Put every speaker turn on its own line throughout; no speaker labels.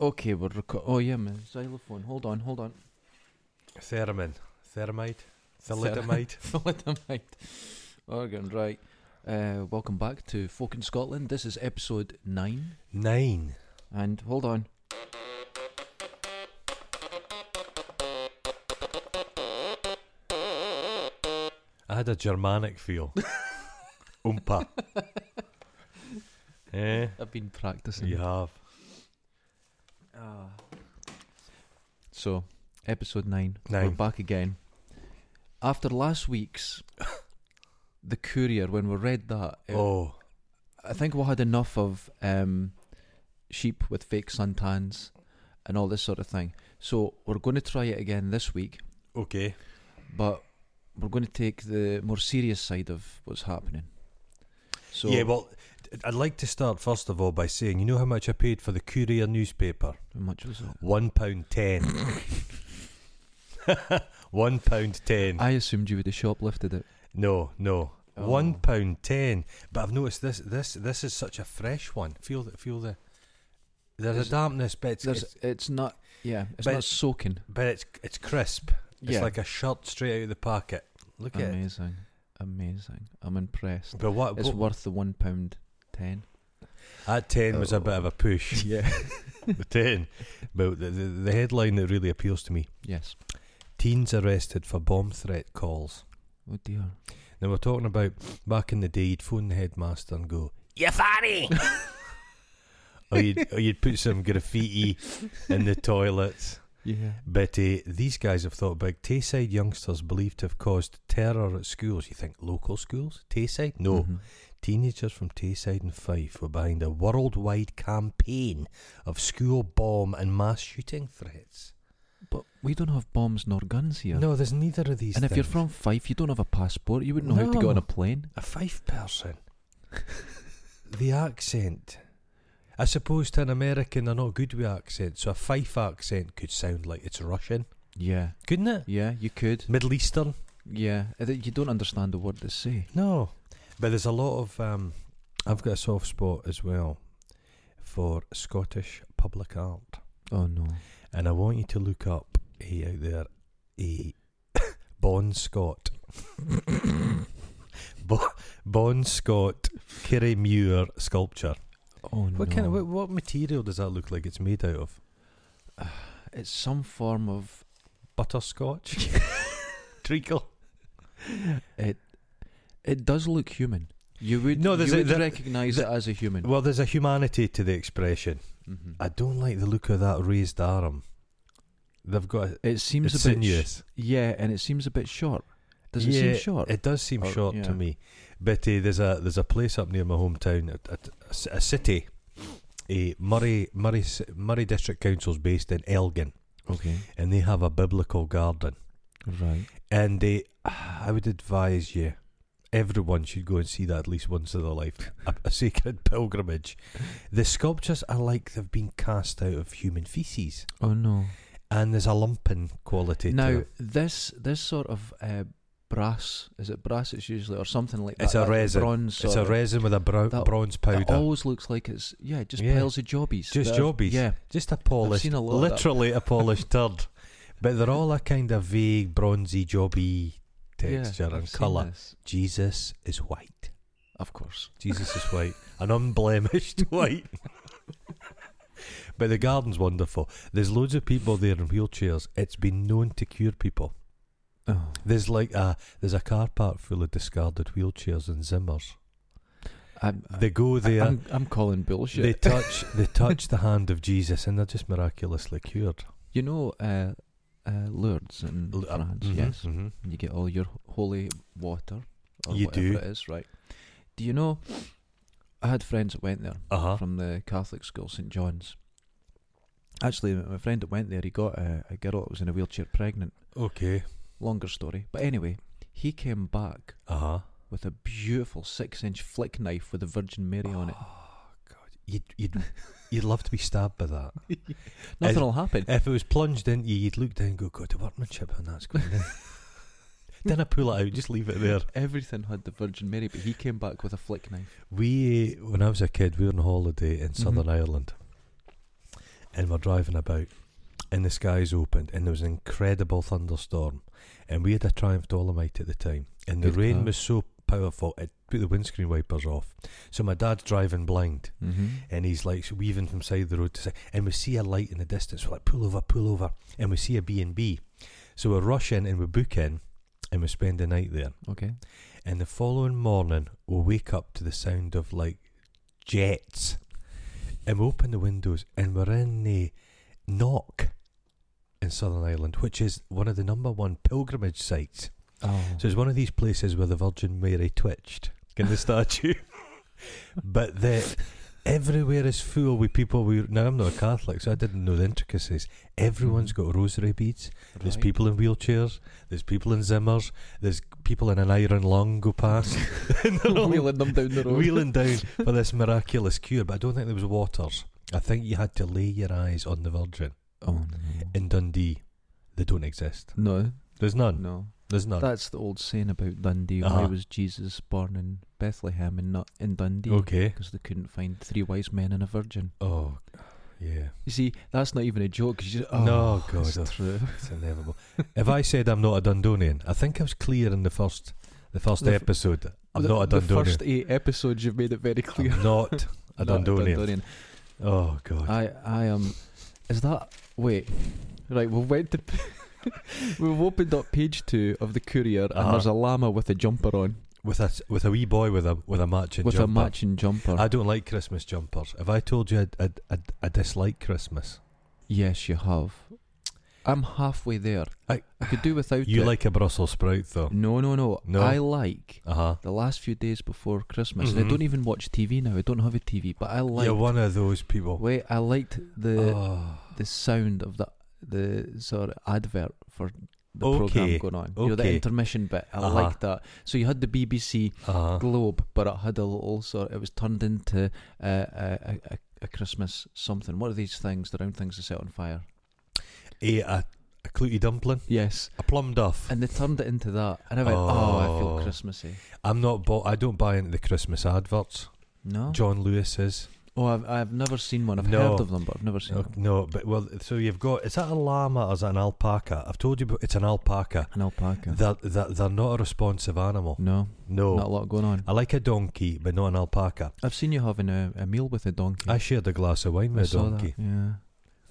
Okay, we're reco- Oh yeah, my xylophone. Hold on, hold on.
Theremin. Thermite. Thalidomide.
Thalidomide. Organ, right. Uh, welcome back to Folk in Scotland. This is episode nine.
Nine.
And hold on.
I had a Germanic feel. Oompa. eh,
I've been practicing.
you have.
Ah. So, episode nine. We're
Nine.
back again. After last week's The Courier, when we read that, it-
Oh,
I think we had enough of um, sheep with fake suntans and all this sort of thing. So we're going to try it again this week,
okay.
but we're going to take the more serious side of what's happening. So
yeah, well, I'd like to start first of all by saying, you know how much I paid for the Courier newspaper?
how much was it?
One pound ten. One pound ten.
I assumed you would have shoplifted it.
No, no.
Oh.
One pound ten. But I've noticed this. This this is such a fresh one. Feel the feel the. There's,
There's-
a dampness, but it's,
There's,
it's-
it's not. Yeah, it's
But
not
it's-
soaking.
but it's it's crisp. It's
yeah,
like a shirt straight out of the pocket. Look at it.
amazing, amazing. I'm impressed.
But what,
It's
what-
worth the one pound ten.
at ten was a bit
Oh.
of a push.
Yeah.
the ten, but the, the the headline that really appeals to me:
yes.
teens arrested for bomb threat calls.
Oh dear.
Now we're talking about back in the day, you'd phone the headmaster and go, "You fatty," or you'd or you'd put some graffiti in the toilets.
Yeah.
But uh, these guys have thought big. Tayside youngsters believed to have caused terror at schools. You think local schools? Tayside? No.
Mhm.
Teenagers from Tayside and Fife were behind a worldwide campaign of school bomb and mass shooting threats.
But we don't have bombs nor guns here.
No, there's neither of these.
And if you're
things.
from Fife, you don't have a passport. You wouldn't know how to get on a
No.
plane.
a Fife person, the accent. I suppose to an American, they're not good with accents, so a Fife accent could sound like it's Russian,
Yeah,
couldn't it?
yeah, you could.
Middle Eastern.
Yeah, I think you don't understand the word they say.
No, but there's a lot of. Um, I've got a soft spot as well for Scottish public art,
Oh no.
and I want you to look up a out there a Bon Scott, Bo- Bon Scott, Kerry Muir sculpture.
Oh no.
What kind of what, what material does that look like? It's made out of
It's some form of
butterscotch, treacle.
it. It does look human. You would
No,
no,
there's
you
a-
would
there-
recognise it as a human.
Well, there's a humanity to the expression.
Mhm.
I don't like the look of that raised arm. They've got a,
It seems
it's
a bit. sh-
sinuous.
yeah, and it seems a bit short. Does it seem
Yeah,
short?
It does seem
Or-
short
yeah.
to me. But uh, there's a there's a place up near my hometown, a, a- a c- a city, a Murray Murray c- Murray District Council's based in Elgin,
okay.
and they have a biblical garden.
Right.
And they, I would advise you, everyone should go and see that at least once in their life, a, a sacred pilgrimage. The sculptures are like they've been cast out of human feces,
Oh no.
and there's a lumping quality. to
Now
them.
this this sort of uh, brass is it brass? It's usually or something like that.
It's a
that
resin.
Bronze.
it's
sort
a
of-
resin with a brou-
that-
bronze powder.
It always looks like it's yeah, just
Yeah.
piles of jobbies.
Just
That-
jobbies.
Yeah,
Just a polished,
seen a lot of that.
literally a polished turd. But they're all a kind of vague, bronzy, jobby
yeah,
texture
I've
and
seen
colour.
this.
Jesus is white.
Of course.
Jesus is white, an unblemished white. but the garden's wonderful. There's loads of people there in wheelchairs. It's been known to cure people.
Oh,
There's like a there's a car park full of discarded wheelchairs and Zimmers.
I'm, I-
They go there.
I'm, I'm calling bullshit.
they touch they touch the hand of Jesus and they're just miraculously cured.
you know, uh, uh, Lourdes in
L- uh,
France.
mhm,
Yes,
mhm.
you get all your holy water. Or
You
whatever
do.
It is right. Do you know? I had friends that went there
Uh-huh.
from the Catholic school, St John's. Actually, my my friend that went there, he got a, a girl that was in a wheelchair pregnant.
Okay.
Longer story, but anyway, he came back
Uh-huh.
with a beautiful six inch flick knife with a Virgin Mary on it.
Ah, You'd you'd you'd love to be stabbed by that.
Nothing will happen.
If it was plunged into you, you'd look down and go, God, the workmanship on that's going in. then I pull it out, just leave it there.
Everything had the Virgin Mary, but he came back with a flick knife.
We, uh, when I was a kid, we were on holiday in Southern
Mhm.
Ireland. and we're driving about, and the skies opened, and there was an incredible thunderstorm, and we had a Triumph Dolomite at the time, and the
Good
rain
car.
was so powerful it put the windscreen wipers off. So my dad's driving blind,
Mm-hmm.
and he's like weaving from side the road to side, and we see a light in the distance. We're like, pull over, pull over, and we see a B and B. So we rush in and we book in, and we spend the night there.
Okay.
And the following morning, we wake up to the sound of like jets. And we open the windows and we're in the Knock in Southern Ireland, which is one of the number one pilgrimage sites.
Oh.
So it's one of these places where the Virgin Mary twitched in the statue. but the, everywhere is full with people. We Now, I'm not a Catholic, so I didn't know the intricacies. Everyone's got rosary beads. There's
Mm-hmm. Right.
people in wheelchairs. There's people in Zimmers. There's people in an iron lung go past. and they're all
wheeling them down the road.
wheeling down for this miraculous cure. But I don't think there was waters. I think you had to lay your eyes on the Virgin.
Oh
In Dundee, they don't exist.
no.
There's
No.
none.
No.
There's none.
That's the old saying about Dundee. Why
Uh-huh.
was Jesus born in Bethlehem and not in Dundee?
okay.
Because they couldn't find three wise men and a virgin.
Oh, yeah.
You see, that's not even a joke. 'cause you, oh,
no, God.
it's
oh,
true.
It's inevitable. if I said I'm not a Dundonian, I think I was clear in the first the first
The f-
episode. that I'm
the,
not a
The
Dundonian.
first eight episodes, you've made it very clear.
I'm not a
Not Uh,
Dundonian. Oh, God.
I, I am. Is that wait? Right, we've went to. we've opened up page two of the courier,
Uh-huh.
and there's a llama with a jumper on,
with a with a wee boy with a with a matching
with
jumper.
a matching jumper.
I don't like Christmas jumpers. If I told you I'd, I'd, I'd, I dislike Christmas,
yes, you have. I'm halfway there.
I-
I could do without
you
it.
like a Brussels sprout though.
No, no, no,
No.
I like
Uh huh.
the last few days before Christmas, and
Mhm.
I don't even watch TV now. I don't have a TV, but I like.
You're one of those people.
Wait, I liked the
Oh.
the sound of the the sort of advert for the
Okay,
program going on. You know, the
okay.
intermission bit. I
Uh-huh.
like that. So you had the BBC
Uh-huh.
Globe, but it had a little sort. It was turned into uh, a, a, a Christmas something. What are these things? The round things that set on fire.
Ate a, a clooty dumpling,
Yes,
a plum duff.
and they turned it into that. And I went, oh, I feel
Oh.
Christmassy.
I'm not. Bo- I don't buy into the Christmas adverts.
No.
John Lewis's.
Oh, I've, I've never seen one. I've
No.
heard of them, but I've never seen
No,
them.
no, but well, so you've got. Is that a llama or is that an alpaca? I've told you, but it's an alpaca.
An alpaca.
They're, they're, they're not a responsive animal.
no,
No.
not a lot going on.
I like a donkey, but not an alpaca.
I've seen you having a, a meal with a donkey.
I shared a glass of wine
I
with a
saw that,
donkey.
Yeah.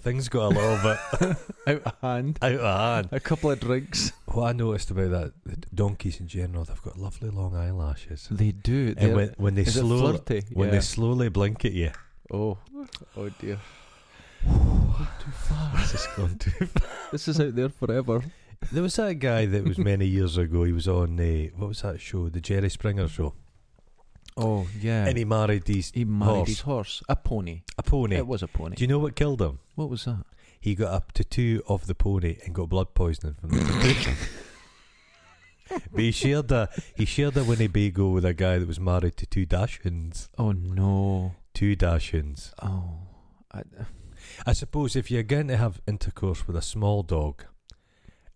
Things got a little bit
out of hand.
out of hand.
A couple of drinks.
What I noticed about that, the d- donkeys in general, they've got lovely long eyelashes.
They do.
And when, when they
is it
slowly
flirty?
when
Yeah.
they slowly blink at you,
oh, oh dear.
too far. gone too far.
This is out there forever.
There was that guy that was many years ago. He was on uh, what was that show? The Jerry Springer show,
Oh yeah.
and he married these
he married
horse.
his horse, a pony.
a pony.
It was a pony.
Do you know what killed him?
what was that?
He got up to two of the pony and got blood poisoning from the But he shared a he shared a Winnebago with a guy that was married to two Dashins.
Oh no.
Two Dashins.
Oh. I,
I suppose if you're going to have intercourse with a small dog,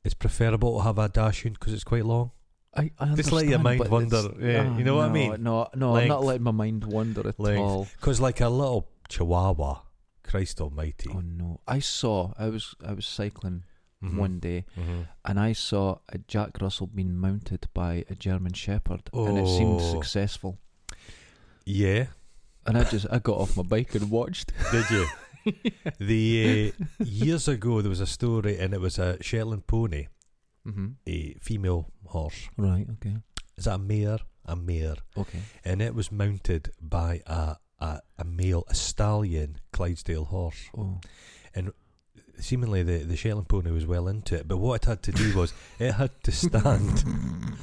it's preferable to have a Dashin because it's quite long.
I, I
Just let your
understand,
mind
but
wander,
it's-
yeah,
ah,
you know
no,
what I mean?
No, no, I'm not
Length.
letting my mind wander at
Length.
all.
Because like a little Chihuahua, Christ Almighty.
Oh no! I saw. I was I was cycling
Mhm.
one day,
Mhm.
and I saw a Jack Russell being mounted by a German Shepherd, and it seemed
Oh.
successful.
Yeah,
And I just I got off my bike and watched.
did you? the uh, years ago there was a story, and it was a Shetland pony,
Mm-hmm.
a female horse.
Right. Okay.
Is that a mare? A mare.
Okay.
and it was mounted by a, a, a male, a stallion Clydesdale horse.
Oh.
Seemingly, the, the Shetland pony was well into it, but what it had to do was it had to stand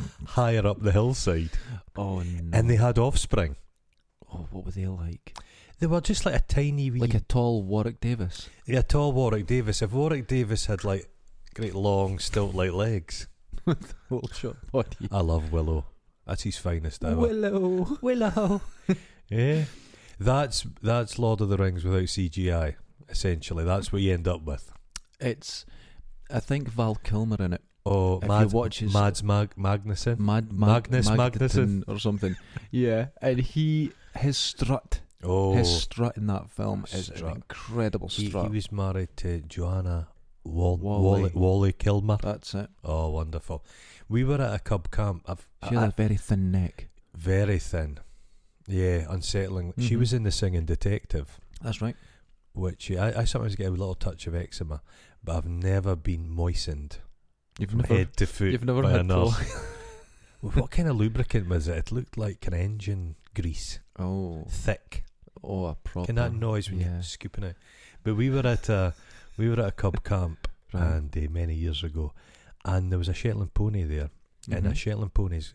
higher up the hillside,
Oh no.
and they had offspring.
oh, what were they like?
They were just like a tiny wee,
Like a tall Warwick Davis.
yeah, tall Warwick Davis. If Warwick Davis had like great long stilt-like legs,
Little short body.
I love Willow. That's his finest
Uh,
hour.
Willow. Willow.
yeah, that's that's Lord of the Rings without CGI. Essentially, that's what you end up with.
It's. I think Val Kilmer in it.
Oh,
If you
Mads,
watch his-
Mads Mag- Magnuson.
Mad,
Magnus
Magnus
Magnuson.
or something. Yeah, and he his strut
Oh,
His strut in that film is an
Strut.
incredible
he, he
strut.
was married to Joanna Wall-
Wally.
Wally. Wally Kilmer.
That's it.
Oh, wonderful. We were at a cub camp. I've,
She
I-
had a very thin neck.
very thin. Yeah, unsettling. She
Mhm.
was in The Singing Detective,
That's right.
which I, I sometimes get a little touch of eczema, but I've never been moistened
You've
from
never,
head to foot
you've never
by
had
a nurse. what kind of lubricant was it? It looked like an engine grease,
oh,
thick.
oh, a problem.
Can that noise when
Yeah.
you're scooping it? But we were at a we were at a cub camp and uh, many years ago, and there was a Shetland pony there, and
Mm-hmm.
a Shetland pony's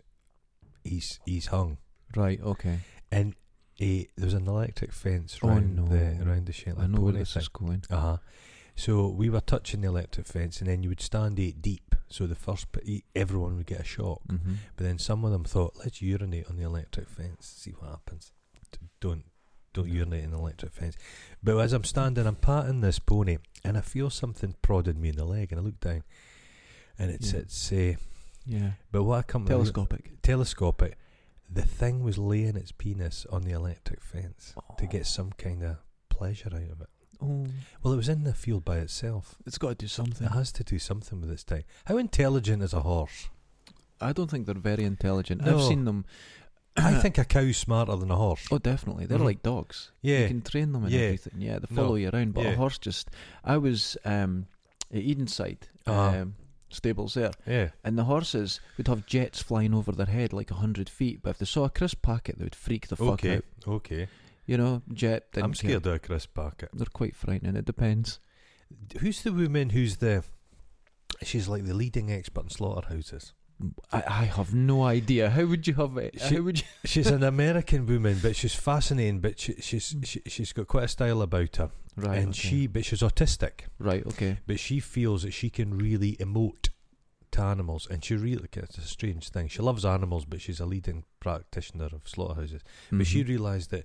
he's he's hung,
right. Okay.
and eh, there was an electric fence
Oh,
round
no.
the round the
I
Shetland
know where
pony
this
thing.
is going.
Uh huh. So we were touching the electric fence, and then you would stand eight deep. So the first p- e- everyone would get a shock,
hmm
but then some of them thought, "Let's urinate on the electric fence, see what happens." D- don't don't urinate on the electric fence. But as I'm standing, I'm patting this pony, and I feel something prodding me in the leg, and I look down, and it's
Yeah.
it's uh,
Yeah.
but what I come to rea-
Telescopic.
telescopic. The thing was laying its penis on the electric fence to get some kind of pleasure out of it.
Oh,
Well, it was in the field by itself.
it's got to do something.
It has to do something with its time. How intelligent is a horse?
I don't think they're very intelligent. I've
No.
seen them.
I think a cow's smarter than a horse.
Oh, definitely. They're
Mhm.
like dogs. You
yeah.
can train them and
Yeah.
everything. Yeah, they
No.
follow you around. But a
Yeah.
horse just. I was um, at Edenside
Uh-huh.
um, stables there,
yeah.
and the horses would have jets flying over their head like hundred feet. But if they saw a crisp packet, they would freak the fuck
Okay.
out.
Okay.
You know, jet. Didn't
I'm
care.
scared of a crisp packet.
They're quite frightening. It depends.
Who's the woman who's the. She's like the leading expert in slaughterhouses.
I, I have no idea. How would you have it?
She-
How would you?
She's an American woman, but she's fascinating. But she, she's she, she's got quite a style about her,
Right.
and
okay.
she but she's autistic.
Right. Okay.
But she feels that she can really emote to animals, and she really it's a strange thing. She loves animals, but she's a leading practitioner of slaughterhouses. But she
Mhm.
realised that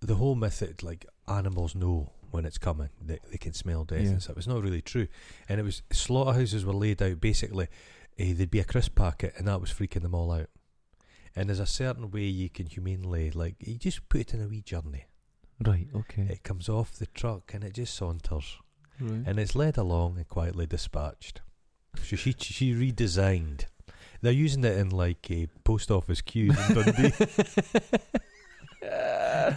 the whole myth that like animals know when it's coming, they, they can smell death
Yeah.
and stuff. It's not really true. And it was slaughterhouses were laid out basically. eh, there'd be a crisp packet, and that was freaking them all out. And there's a certain way you can humanely, like you just put it in a wee journey.
Right. Okay.
It comes off the truck and it just saunters,
Right.
Eh, and it's led along and quietly dispatched. So she she redesigned. They're using it in like a post office queues in Dundee. Yeah,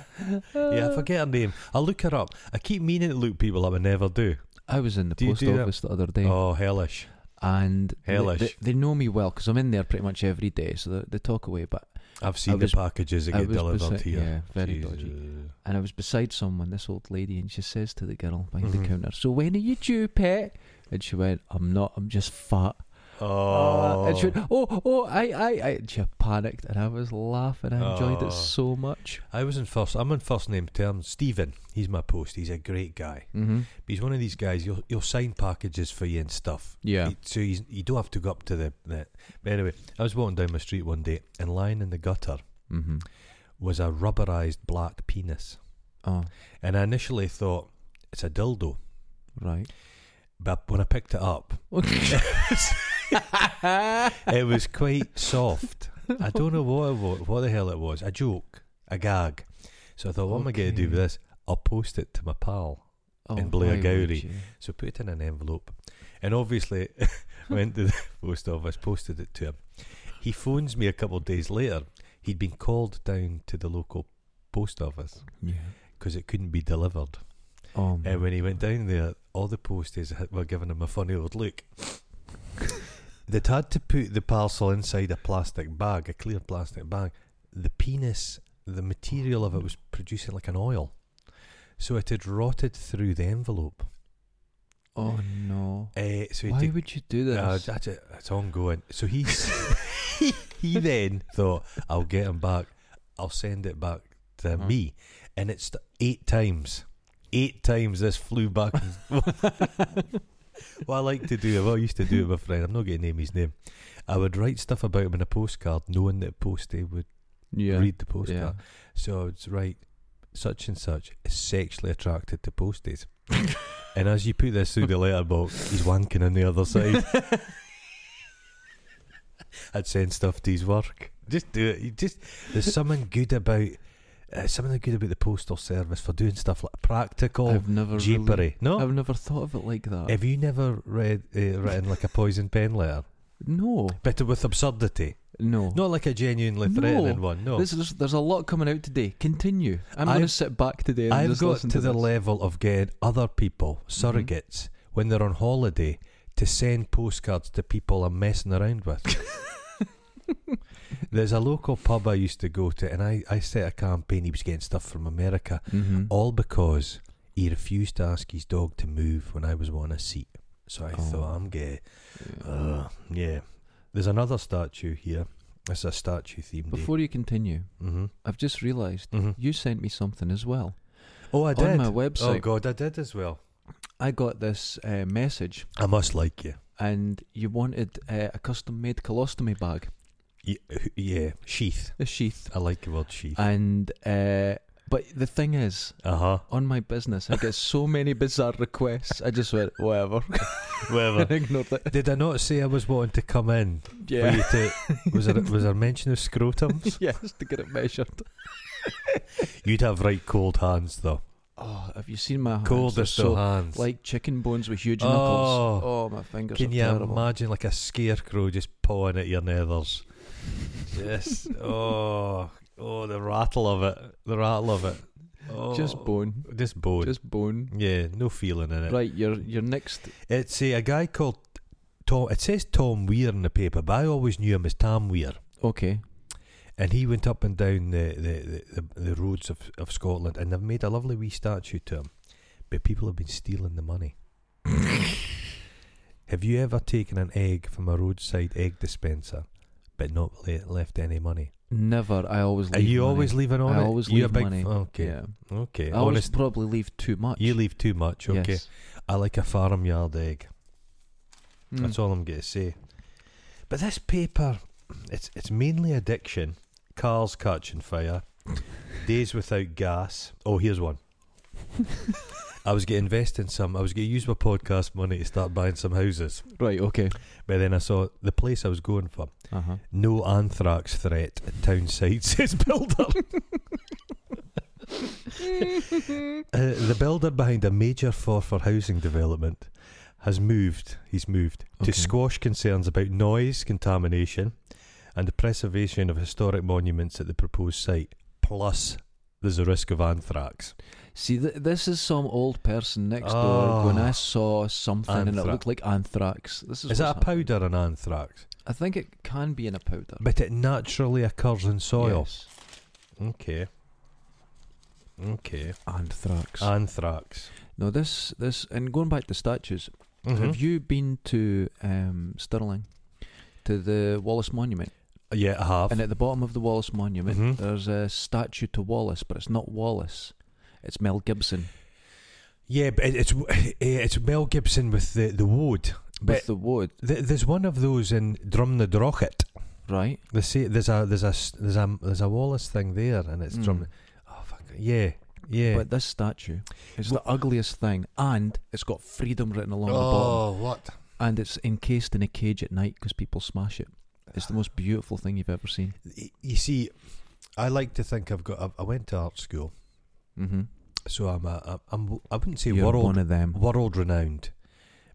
I forget her name. I'll look her up. I keep meaning to look people up, I never do.
I was in the
Do you
post
do that?
office the other day,
Oh, hellish.
and they-
Hellish.
They, they know me well because I'm in there pretty much every day, so they, they talk away. But
I've seen
was-
the packages that
I
get
was
delivered
beside-
here.
yeah, very
Jesus.
dodgy. And I was beside someone, this old lady, and she says to the girl behind
Mhm.
the counter, "So when are you due, pet?" And she went, "I'm not. I'm just fat."
Oh,
and she went, "Oh, oh, I, I, I." And she panicked, and I was laughing. I enjoyed
Oh.
it so much.
I was in first. I'm in first name terms. Stephen, he's my post. He's a great guy.
Mm-hmm.
But he's one of these guys. You'll you'll sign packages for you and stuff.
Yeah.
He- so he's, you don't have to go up to the, the. But anyway, I was walking down my street one day, and lying in the gutter
Mm-hmm.
was a rubberized black penis.
Oh,
And I initially thought it's a dildo,
right.
but when I picked it up,
it
it was quite soft. I don't know what it was, what the hell it was. A joke, a gag. So I thought, what am I going to do
Okay.
with this? I'll post it to my pal.
oh,
in Blair
why would
Gowrie.
you?
So I put it in an envelope, and obviously went to the post office, posted it to him. He phones me a couple of days later. He'd been called down to the local post office
Yeah.
because it couldn't be delivered.
Oh,
And when he went down there, all the posties had- were giving him a funny old look. They'd had to put the parcel inside a plastic bag, a clear plastic bag. The penis, the material of it was producing like an oil. So it had rotted through the envelope.
oh no.
Uh, so he
Why
took-
would you do
uh,
this?
that's it, it's ongoing. So he, s- he then thought, I'll get him back. I'll send it back to
Uh-huh.
me. And it's th- eight times. Eight times this flew back what I like to do, what I used to do with my friend, I'm not going to name his name. I would write stuff about him in a postcard, knowing that Postie would
yeah.
read the
yeah.
postcard. So I would write, such and such is sexually attracted to Posties. and as you put this through the letterbox, he's wanking on the other side. I'd send stuff to his work. Just do it. You just there's something good about Uh, something good about the postal service for doing stuff like practical
I've never really,
jeepery. "Oh, no,
I've never thought of it like that.
have you never read uh, written like a poison pen letter,
no,
but with absurdity,
no,
not like a genuinely
No.
threatening one? No,
This is, there's a lot coming out today. Continue. I'm
I've-
going to sit back today and
I've
just
got to,
listen to,
the
this. Mm-hmm.
level of getting other people, surrogates, when they're on holiday, to send postcards to people I'm messing around with. There's a local pub I used to go to, and I, I set a campaign. He was getting stuff from America,
Mhm.
all because he refused to ask his dog to move when I was on a seat. So I
Oh.
thought, I'm gay. Uh, yeah. There's another statue here. It's a statue themed.
Before you continue,
hmm
I've just realised
hmm
you sent me something as well.
Oh, I
On
did.
my
oh,
website,
God, I did as well.
I got this uh, message
I must like you.
and you wanted uh, a custom made colostomy bag,
Ye- Yeah, sheath.
a sheath.
I like the word sheath.
And, uh, but the thing is,
Uh huh.
on my business, I get so many bizarre requests. I just went, whatever. and
Whatever.
ignored it.
Did I not say I was wanting to come in? for
Yeah.
you to- was there was there mention of scrotums?
yes, to get it measured.
You'd have right cold hands though.
Oh, have you seen my hands? They're
Coldest
so
of hands.
like chicken bones with huge
Oh.
knuckles. Oh, my fingers
Can
are
you
terrible.
imagine like a scarecrow just pawing at your nethers? Yes. oh, oh, the rattle of it. The rattle of it. Oh.
Just bone.
Just bone.
Just bone.
yeah, no feeling in it.
Right, your your next.
It's eh, a, a guy called Tom. It says Tom Weir in the paper, but I always knew him as Tom Weir.
Okay.
And he went up and down the, the, the, the, the roads of, of Scotland, and they've made a lovely wee statue to him. But people have been stealing the money. have you ever taken an egg from a roadside egg dispenser, but not le- left any money?
Never. I always.
Are
Leave
Uh, you
money.
always leaving on
I
it?
always
You're a
leave
big
money.
f- okay,
Yeah.
okay.
I always
Honest,
probably leave too much.
you leave too much. Okay,
Yes.
I like a farmyard egg.
Mm.
That's all I'm going to say. But this paper, it's it's mainly addiction, cars catching fire, days without gas. Oh, here's one. I was going to invest in some. I was going to use my podcast money to start buying some houses.
Right. Okay.
But then I saw the place I was going for.
Uh huh.
No anthrax threat. Town site says builder. Uh, the builder behind a major for housing development has moved. He's moved
Okay.
to squash concerns about noise contamination and the preservation of historic monuments at the proposed site. Plus, there's a risk of anthrax.
See, th- this is some old person next
Oh.
door. When I saw something and
Anthrax.
it looked like anthrax. This is.
Is
what's
that a
happening.
powder an anthrax?
I think it can be in a powder.
But it naturally occurs in soil.
Yes.
Okay. Okay.
Anthrax.
Ah. Anthrax.
no, this this and going back to statues.
Mhm.
Have you been to um, Stirling, to the Wallace Monument?
yeah, I have.
And at the bottom of the Wallace Monument,
Mhm.
there's a statue to Wallace, but it's not Wallace. It's Mel Gibson
yeah, but it- it's eh, it's Mel Gibson with the the wood. But-
with the wood,
Th- There's one of those in Drumnadrochit.
right?
They say there's a there's a s- there's a there's a Wallace thing there, and it's
Mm.
drum. Oh fuck yeah, yeah.
But this statue is the ugliest thing, and it's got freedom written along the bottom,
oh what?
and it's encased in a cage at night because people smash it. It's the most beautiful thing you've ever seen.
Y- You see, I like to think I've got. I, I went to art school,
Mm-hmm.
so I'm a I'm I wouldn't say
You're one
world
of them.
world renowned,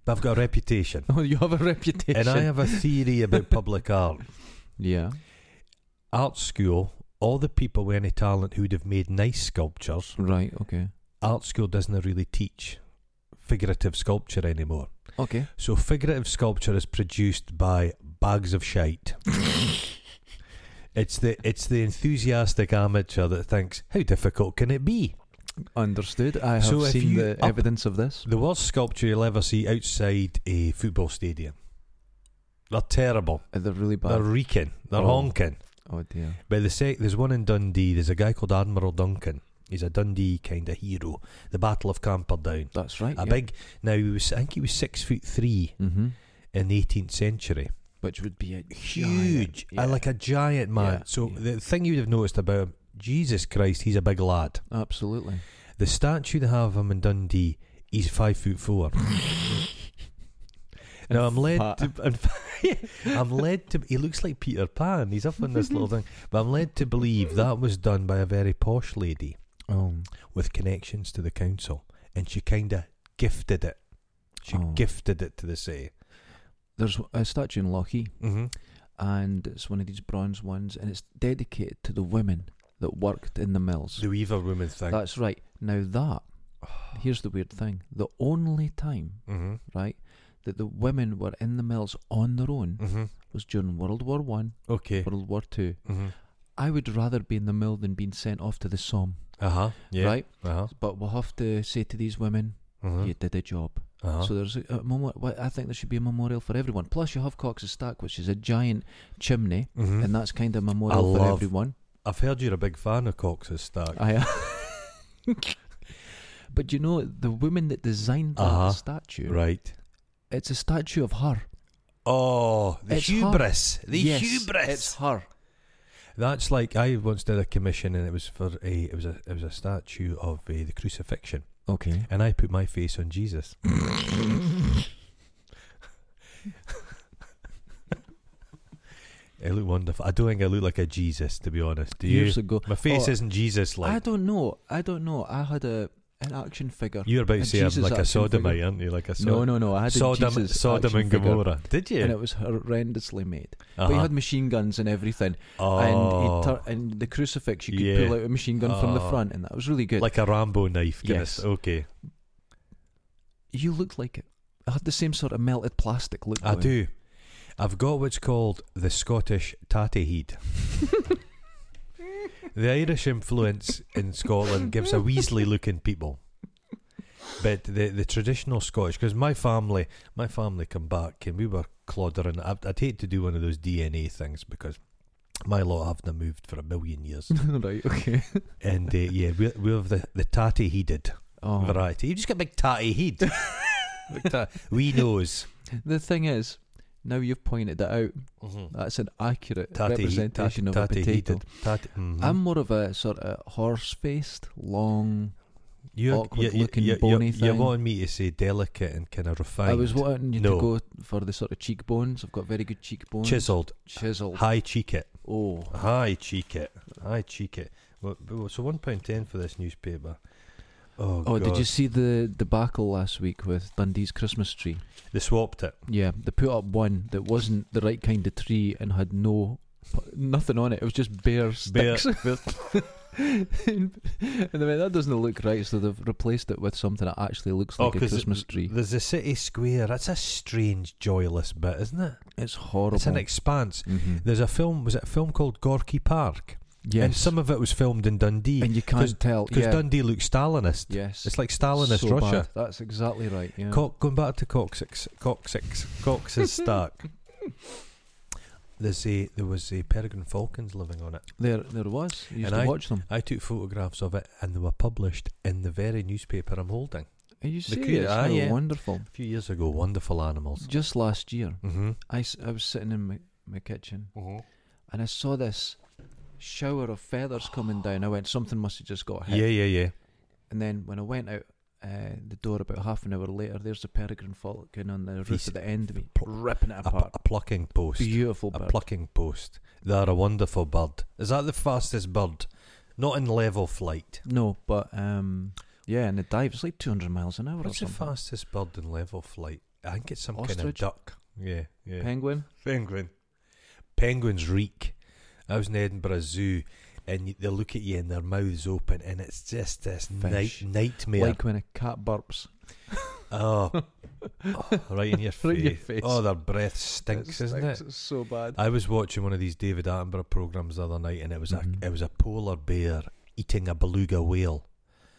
but I've got a reputation,
Oh, you have a reputation.
and I have a theory about public art.
yeah.
Art school, all the people with any talent who'd have made nice sculptures.
Right. Okay.
Art school doesn't really teach figurative sculpture anymore.
Okay.
So figurative sculpture is produced by bags of shite. it's the it's the enthusiastic amateur that thinks, how difficult can it be?
Understood. I have
So if
seen
you
the
up-
evidence of this.
The worst sculpture you'll ever see outside a football stadium. They're terrible.
Uh, They're really bad.
They're reeking. They're
Oh.
honking.
oh dear.
But the sec- there's one in Dundee. There's a guy called Admiral Duncan. He's a Dundee kind of hero. The Battle of Camperdown.
That's right.
A big. Now he was. I think he was six foot three
Mm-hmm.
in the 18th century.
Which would be a
huge,
giant-
uh,
yeah.
like a giant man.
Yeah,
so
yeah.
the thing you'd have noticed about him, Jesus Christ, he's a big lad.
Absolutely.
The statue they have of him in Dundee, he's five foot four. Now I'm led
Fat.
to, in fact, I'm led to. He looks like Peter Pan. He's up in this little thing, but I'm led to believe that was done by a very posh lady
Um,
with connections to the council, and she kind of gifted it. She
Oh.
gifted it to the city.
there's a statue in Lochee,
Mm-hmm.
and it's one of these bronze ones, and it's dedicated to the women that worked in the mills.
The Weaver woman thing.
That's right. Now that here's the weird thing: the only time,
mm-hmm.
right, that the women were in the mills on their own
Mm-hmm.
was during World War One,
Okay.
World War Two.
Mm-hmm.
I would rather be in the mill than being sent off to the Somme,
Uh huh. Yeah.
right?
Uh huh.
But we'll have to say to these women,
Uh-huh.
you did a job.
Uh-huh.
So there's a, a memorial. I think there should be a memorial for everyone. Plus, you have Cox's Stack, which is a giant chimney,
Mhm.
and that's kind of a memorial for
love-
everyone.
I've heard you're a big fan of Cox's Stack.
I. but you know the woman that designed that
Uh-huh.
statue.
right.
It's a statue of her.
Oh, the
It's hard.
hubris. The
Yes,
hubris.
It's her.
That's like I once did a commission, and it was for a it was a it was a statue of uh, the crucifixion,
Okay.
and I put my face on Jesus. I look wonderful. I don't think I look like a Jesus, to be honest. Do you?
Years ago,
My face
Oh,
isn't Jesus
I
like.
don't know. I don't know. I had a an action figure.
You're about
a
to say I'm
Jesus
like a
action figure.
sodomite, aren't you? Like a
no,
sod-
no, no. I had a
uh, Sodom,
Jesus
Sodom
action
and
figure,
Gomorrah. Did you?
and it was horrendously made. But he
Uh-huh.
had machine guns and everything.
oh,
and, he'd tur- and the crucifix you could
Yeah.
pull out a machine gun from the
Oh.
front, and that was really good.
like a Rambo knife. Kind
Yes.
Of, okay.
you looked like it. I had the same sort of melted plastic look.
I
going.
do. I've got what's called the Scottish tatty heat. the Irish influence in Scotland gives a Weasley looking people. But the, the traditional Scottish, because my family, my family come back and we were cloddering. I'd, I'd hate to do one of those DNA things because my lot haven't moved for a million years.
right? Okay.
and uh, yeah, we, we have the, the tatty heated
Oh.
variety. You just get big tatty heed. Big ta- wee nose.
The thing is, now you've pointed it out.
Mm-hmm.
That's an accurate
Tatty heat-
representation of a potato.
heated. Tatty, mhm.
I'm more of a sort of horse-faced, long.
You're-
awkward
you- you-
looking
you-
bony
you- You
thing.
want me to say delicate and kind of refined?
I was wanting you
No.
to go for the sort of cheekbones. I've got very good cheekbones.
chiseled,
Chiseled.
high cheek it,
Oh,
high cheek it, high cheek it. Well, b- well, so one pound ten for this newspaper. Oh,
oh! Did you
God.
see the debacle last week with Dundee's Christmas tree?
They swapped it.
Yeah, they put up one that wasn't the right kind of tree and had no nothing on it. It was just bare
Bare-
sticks.
bare-
and I mean, that doesn't look right, so they've replaced it with something that actually looks
Oh,
like a
'cause
Christmas
th-
tree.
There's a city square. That's a strange, joyless bit, isn't it?
It's horrible.
It's an expanse.
Mhm.
There's a film. Was it a film called Gorky Park?
yes,
And some of it was filmed in Dundee
and you
Because-
can't tell.
because
yeah.
Dundee looks Stalinist.
yes,
It's like Stalinist
so
Russia.
bad. That's exactly right. Yeah.
Cock, going back to Coxix, Coxix, Cox's Stark. There's a, there was a peregrine falcons living on it.
there, there was. You used
And
to
I-
watch them.
I took photographs of it, and they were published in the very newspaper I'm holding
Are you
the crea-
serious?
ah,
How
yeah.
wonderful!
a few years ago. Wonderful animals.
Just last year,
Mm-hmm.
I, s- I was sitting in my, my kitchen and I saw this shower of feathers coming down. I went, something must have just got hit.
Yeah, yeah, yeah.
And then when I went out uh, the door about half an hour later, there's a peregrine falcon on the roof
Piece-
at the end of me,
pl-
ripping it
A, pu-
apart.
a plucking post.
Beautiful
a
bird.
plucking post. They're a wonderful bird. Is that the fastest bird? Not in level flight.
no, but um, yeah, and it dives it's like 200 miles an hour.
What's
or
the
something.
fastest bird in level flight? I think it's some kind of
Ostrich?
duck. Yeah, yeah.
Penguin.
Penguin. Penguins reek. I was in Edinburgh Zoo, and y- they look at you and their mouths open, and it's just this night,
Fish.
nightmare.
Like when a cat burps.
oh. Oh, right in your face.
Right in your face.
Oh, their breath stinks, isn't it? Uh,
It's so bad.
I was watching one of these David Attenborough programs the other night, and it was
Mhm.
a it was a polar bear eating a beluga whale.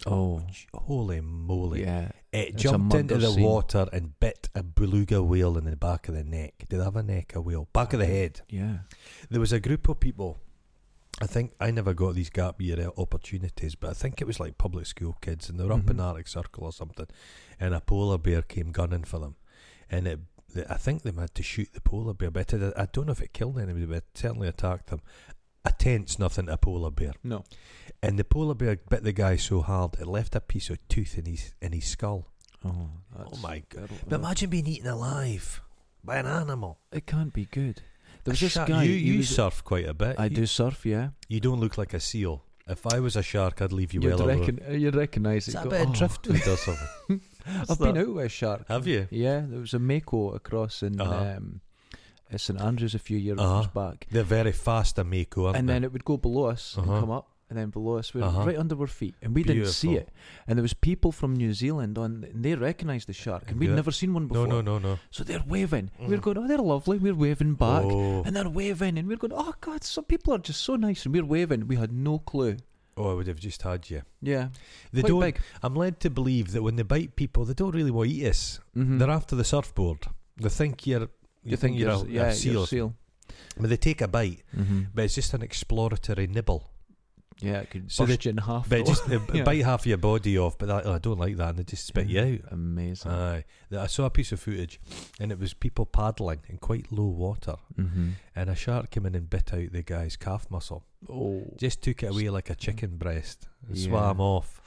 oh,
Holy moly!
yeah.
It
It's a
jumped into
murder
the
scene.
water and bit a beluga whale in the back of the neck. Did it have a neck? A whale? Back of
Uh-huh.
the head.
Yeah.
There was a group of people. I think I never got these gap year opportunities, but I think it was like public school kids, and they were up in
Mhm.
the Arctic Circle or something, and a polar bear came gunning for them, and it. the- I think they had to shoot the polar bear, but it, did- I don't know if it killed anybody, but it certainly attacked them. A tent's nothing to a polar bear,
No.
and the polar bear bit the guy so hard it left a piece of tooth in his in his skull.
Oh,
my
god.
But imagine being eaten alive. by an animal.
It can't be good. There was
A
this
shark-
guy.
You,
he
you
was-
surf quite a bit.
I
you,
do surf. Yeah.
You don't look like a seal. If I was a shark, I'd leave you
You'd,
well alone.
reckon, you'd recognise it.
Is that
go,
a bit
"Oh,
of driftwood or something?
I've been out with a shark.
Have you?
Yeah, there was a mako across in
Uh-huh.
um, uh, St Andrews a few years
Uh-huh.
back,
They're very fast and Mako, aren't
and
they?
then it would go below us
Uh-huh.
and come up, and then below us, we were
Uh-huh.
right under our feet, and we didn't see
Beautiful.
it. And there was people from New Zealand on, and they recognised the shark, and we'd
Yeah.
never seen one
no,
before.
no, no, no.
So they're waving. We're
Mm.
going, oh, they're lovely. We're waving back.
Oh,
And they're waving, and we're going, oh, God, some people are just so nice. And we're waving. We had no clue.
oh, I would have just had you.
Yeah.
They
Quite
don't.
big.
I'm led to believe that when they bite people, they don't really want to eat us.
Mhm.
They're after the surfboard. They think you're. You,
you think you're,
a,
s- yeah,
a
you're
seal. But they take a bite,
Mhm.
but it's just an exploratory nibble.
Yeah, it could
So they-
burst you in half.
But it
though.
just they b-
Yeah.
bite half of your body off. But that, oh, I don't like that, and they just spit you out.
Amazing.
Aye, Th- I saw a piece of footage, and it was people paddling in quite low water,
mm-hmm.
and a shark came in and bit out the guy's calf muscle.
Oh,
Just took it away like a chicken breast, and
Mm. Yeah.
swam off.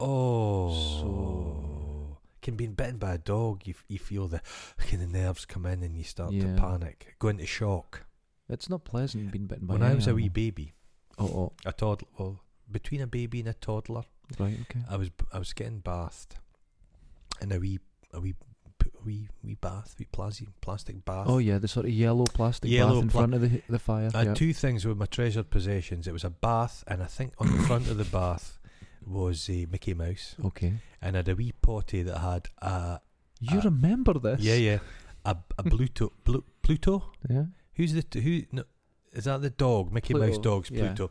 Oh,
So-
can being bitten by a dog, you, f- you feel the can the nerves come in, and you start
Yeah.
to panic, go into shock.
it's not pleasant being bitten by.
when I
any
was a wee
animal.
baby,
Oh,
a toddler, well, between a baby and a toddler,
oh, right, okay.
I was b- I was getting bathed, in a wee a wee p- wee wee bath, wee plasy, plastic bath.
Oh yeah, the sort of yellow plastic
Yellow
bath in
pla-
front of the the fire.
I had
yeah.
two things with my treasured possessions. It was a bath, and I think on the front of the bath was a Mickey Mouse,
Okay,
and I had a wee potty that had a
you
Uh,
remember this?
yeah yeah a a Pluto Blu, Pluto.
yeah.
Who's the t- who? No, is that the dog? Mickey Mouse
Pluto,
dog's
yeah.
Pluto.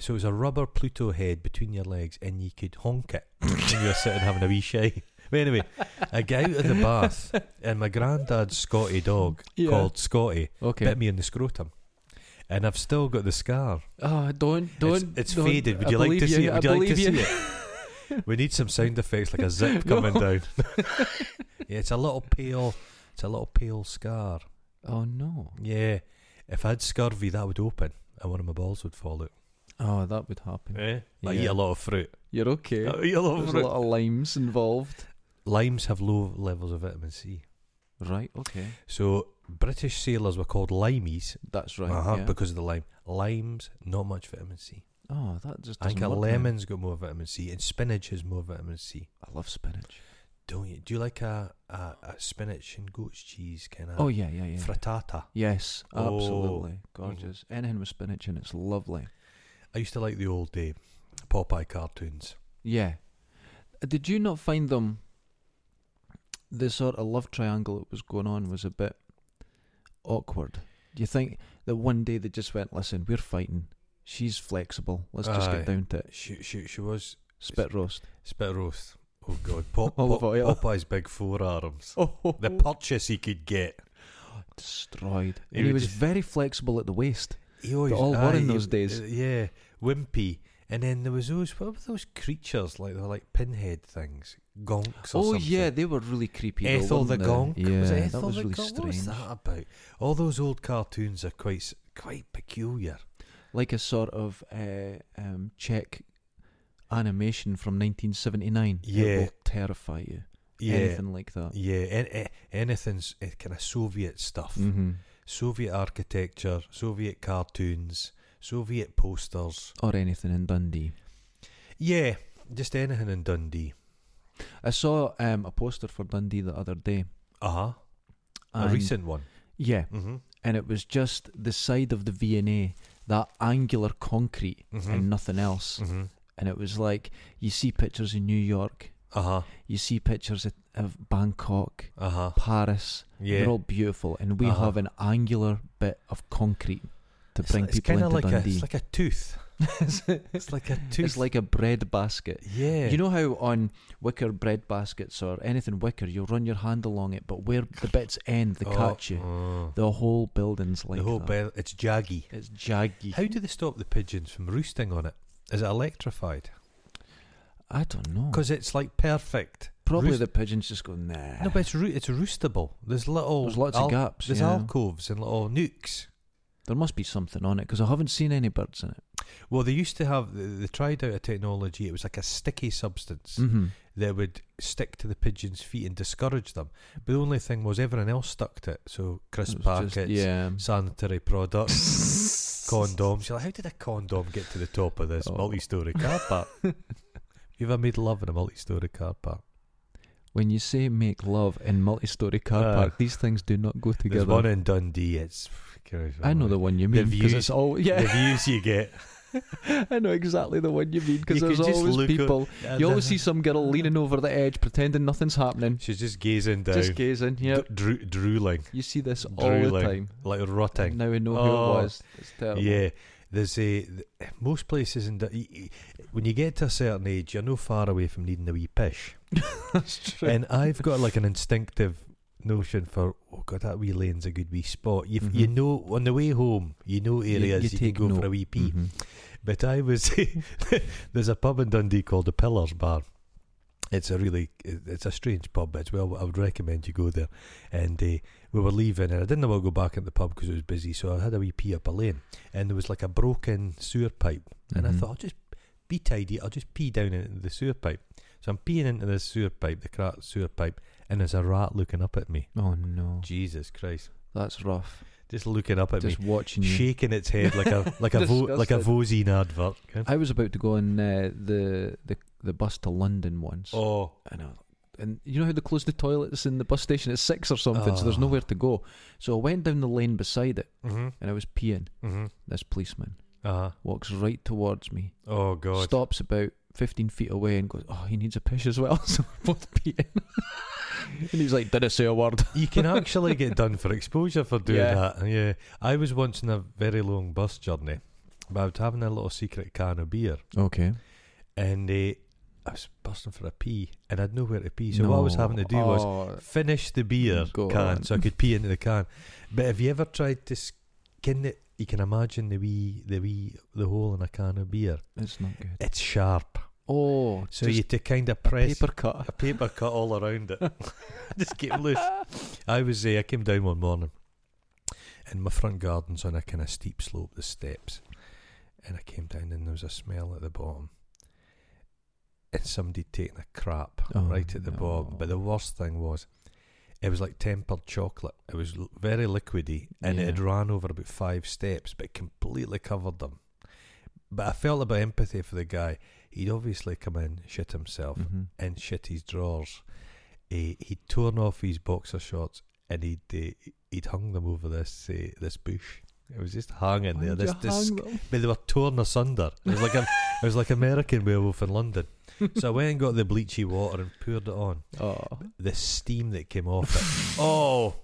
So it was a rubber Pluto head between your legs, and you could honk it when you were sitting having a wee shy. But anyway, I get out of the bath, and my granddad's Scotty dog
Yeah.
called Scotty
Okay.
bit me in the scrotum, and I've still got the scar.
oh, don't don't.
it's it's
don't.
faded. Would
I
you like to
believe
see
you,
it? Would
I
you like to
believe
see
you.
it? We need some sound effects like a zip coming
No.
down. yeah, it's a little pale. It's a little pale scar.
Oh no.
Yeah. If I had scurvy, that would open and one of my balls would fall out.
Oh, that would happen.
Eh? I eat
Yeah.
a lot of fruit.
You're okay.
I eat a lot of
Eh? There's a
fruit.
lot of limes involved.
Limes have low levels of vitamin C.
Right. Okay.
So British sailors were called limeys
That's right.
uh-huh,
yeah.
because of the lime. Limes, not much vitamin C.
oh, that just.
I think
doesn't
a
work then.
lemon's got more vitamin C and spinach has more vitamin C.
I love spinach.
Don't you? Do you like a, a, a spinach and goat's cheese kind of
Oh yeah, yeah, yeah.
frittata?
Yes,
Oh. mm-hmm.
absolutely. Gorgeous. Anything with spinach in it's lovely.
I used to like the old day Popeye cartoons.
Yeah. Uh, Did you not find them? The sort of love triangle that was going on was a bit awkward. Do you think that one day they just went, listen, we're fighting. She's flexible. Let's just
Aye.
get down to it.
She, she, she was
Spit roast.
Spit roast. Oh God, Pop,
Olive
Pop,
oil.
Popeye's big forearms.
Oh,
The purchase he could get.
destroyed.
He
and he
would
was
just-
very flexible at the waist.
He always,
all were
aye,
in
he-
those days.
uh, yeah, wimpy. And then there was those. What were those creatures like? They were like pinhead things, gonks. Or
Oh
something.
yeah, they were really creepy. though,
Ethel the
weren't they?
gonk.
uh, Yeah,
was it
that
Ethel
was
the
really
gonk? What
strange.
was that about? All those old cartoons are quite s- quite peculiar.
like a sort of uh, um, Czech animation from 1979.
Yeah.
It will terrify you.
Yeah,
Anything like that.
yeah. An- a- anything's eh, kind of Soviet stuff.
Mm-hmm.
Soviet architecture, Soviet cartoons, Soviet posters.
Or anything in Dundee.
Yeah, just anything in Dundee.
I saw um, a poster for Dundee the other day.
Uh huh. A
and-
recent one.
Yeah,
Mm
and it was just the side of the V&A, that angular concrete
hmm.
and nothing else.
hmm.
And it was like, you see pictures in New York,
Uh huh.
you see pictures of, of Bangkok,
Uh huh.
Paris.
Yeah.
They're all beautiful, and we
Uh-huh.
have an angular bit of concrete to bring
it's
people
kinda
into
like a,
Dundee.
It's like a tooth.
it's
It's like a tooth.
It's like a bread basket.
yeah.
You know how on wicker bread baskets or anything wicker, you run your hand along it, but where the bits end, they
Oh,
catch you.
oh.
The whole building's like uh,
the whole
that.
bell. It's jaggy.
It's jaggy.
How do they stop the pigeons from roosting on it? Is it electrified?
I don't know.
Because it's like perfect.
Probably
roost-
the pigeons just go nah.
No, but it's roo- it's roostable. There's little.
there's lots
al-
of gaps.
There's
yeah.
alcoves and little nooks.
There must be something on it because I haven't seen any birds in it.
Well, they used to have. They they tried out a technology. It was like a sticky substance.
hmm
that would stick to the pigeons' feet and discourage them. But the only thing was everyone else stuck to it. So crisp
It was
packets,
just- yeah.
sanitary products, condoms. You're like, how did a condom get to the top of this
Oh.
multi-story car park? you ever made love in a multi-story car park?
When you say make love in multi-story car
Uh,
park, these things do not go
There's one
together.
in Dundee. It's
I know the one you
The
mean because
views-
it's always yeah.
the views you get.
I know exactly the one you mean because
You could
there's
just
always
look o-
people. You always see some girl leaning over the edge, pretending nothing's happening,
She's just gazing down,
just gazing. Yeah,
dr- dru- drooling,
you see this all the
drooling.
time.
like rotting.
Now we know who
Oh,
it was. It's terrible.
Yeah, there's a th- most places in Dun- y- y- when you get to a certain age, you're no far away from needing a wee pish.
that's true.
and I've got like an instinctive notion for oh god, that wee lane's a good wee spot. You you
Mhm.
know on the way home, you know
You-
areas
you
you,
take
can go
note.
for a wee pee.
Mhm.
But I was there's a pub in Dundee called the Pillars Bar. It's a really it's a strange pub, but it's well I would recommend you go there. And uh, we were leaving, and I didn't want to go back at the pub because it was busy, so I had a wee pee up a lane, and there was like a broken sewer pipe, and I
Mhm.
thought I'll just be tidy, I'll just pee down into the sewer pipe. So I'm peeing into the sewer pipe, the cracked sewer pipe, and there's a rat looking up at me.
Oh no,
Jesus Christ!
that's rough.
Just looking up at
Just watching
me,
you.
shaking its head like a like a vo- like a Vosine advert. okay?
I was about to go on uh, the the the bus to London once.
Oh.
And I was like- and you know how they close the toilets in the bus station at six or something, so there's
Ah.
nowhere to go. So I went down the lane beside it,
Mm-hmm.
and I was peeing.
Mm-hmm.
This policeman
Uh-huh.
walks right towards me,
Oh God.
stops about fifteen feet away, and goes, "Oh, he needs a piss as well." So we're both peeing, and he's like, "Did I say a word?"
You can actually get done for exposure for doing
Yeah.
that. Yeah. I was once in a very long bus journey, but I was having a little secret can of beer,
Okay.
and uh, I was busting for a pee, and I'd nowhere to pee. So what I was having to do was finish the beer
Oh. Go
can,
on.
so I could pee into the can. But have you ever tried to skin it? You can imagine the wee, the wee, the hole in a can of beer.
it's not good.
It's sharp,
Oh,
so
just
you to kind of
a
press
paper cut.
a paper cut all around it. Just keep loose. I was there. I came down one morning, and my front garden's on a kind of steep slope, the steps, and I came down and there was a smell at the bottom, and somebody taking a crap
Oh,
right at the bottom.
no.
But the worst thing was, it was like tempered chocolate. It was l- very liquidy, and
Yeah.
it had ran over about five steps, but completely covered them. But I felt a bit of empathy for the guy. He'd obviously come in, shit himself,
Mhm.
and shit his drawers. He he'd torn off his boxer shorts and he'd uh, he'd hung them over this uh, this bush. It was just hanging there.
Why'd
This,
you
this
hang them?
but they were torn asunder. It was like a, it was like American werewolf in London. So I went and got the bleachy water and poured it on.
Oh.
The steam that came off it. Oh,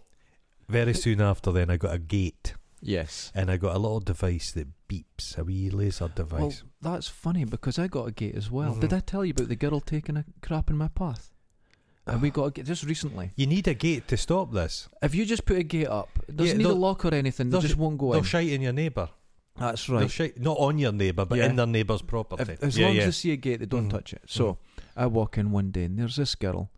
very soon after then I got a gate
Yes.
and I got a little device that beeps, a wee laser device.
Well, that's funny because I got a gate as well. Did
Mhm.
I tell you about the girl taking a crap in my path? And
Ah.
we got a gate just recently.
you need a gate to stop this.
If you just put a gate up, it doesn't
Yeah,
need a
they'll-
lock or anything. They
they'll
just
sh-
won't go
They'll
in.
shite in your neighbour.
that's
They'll
right.
shite- not on your neighbour, but
Yeah.
in their neighbour's property.
If- as long as they see a gate, they don't
Mhm.
touch it. So I walk in one day and there's this girl,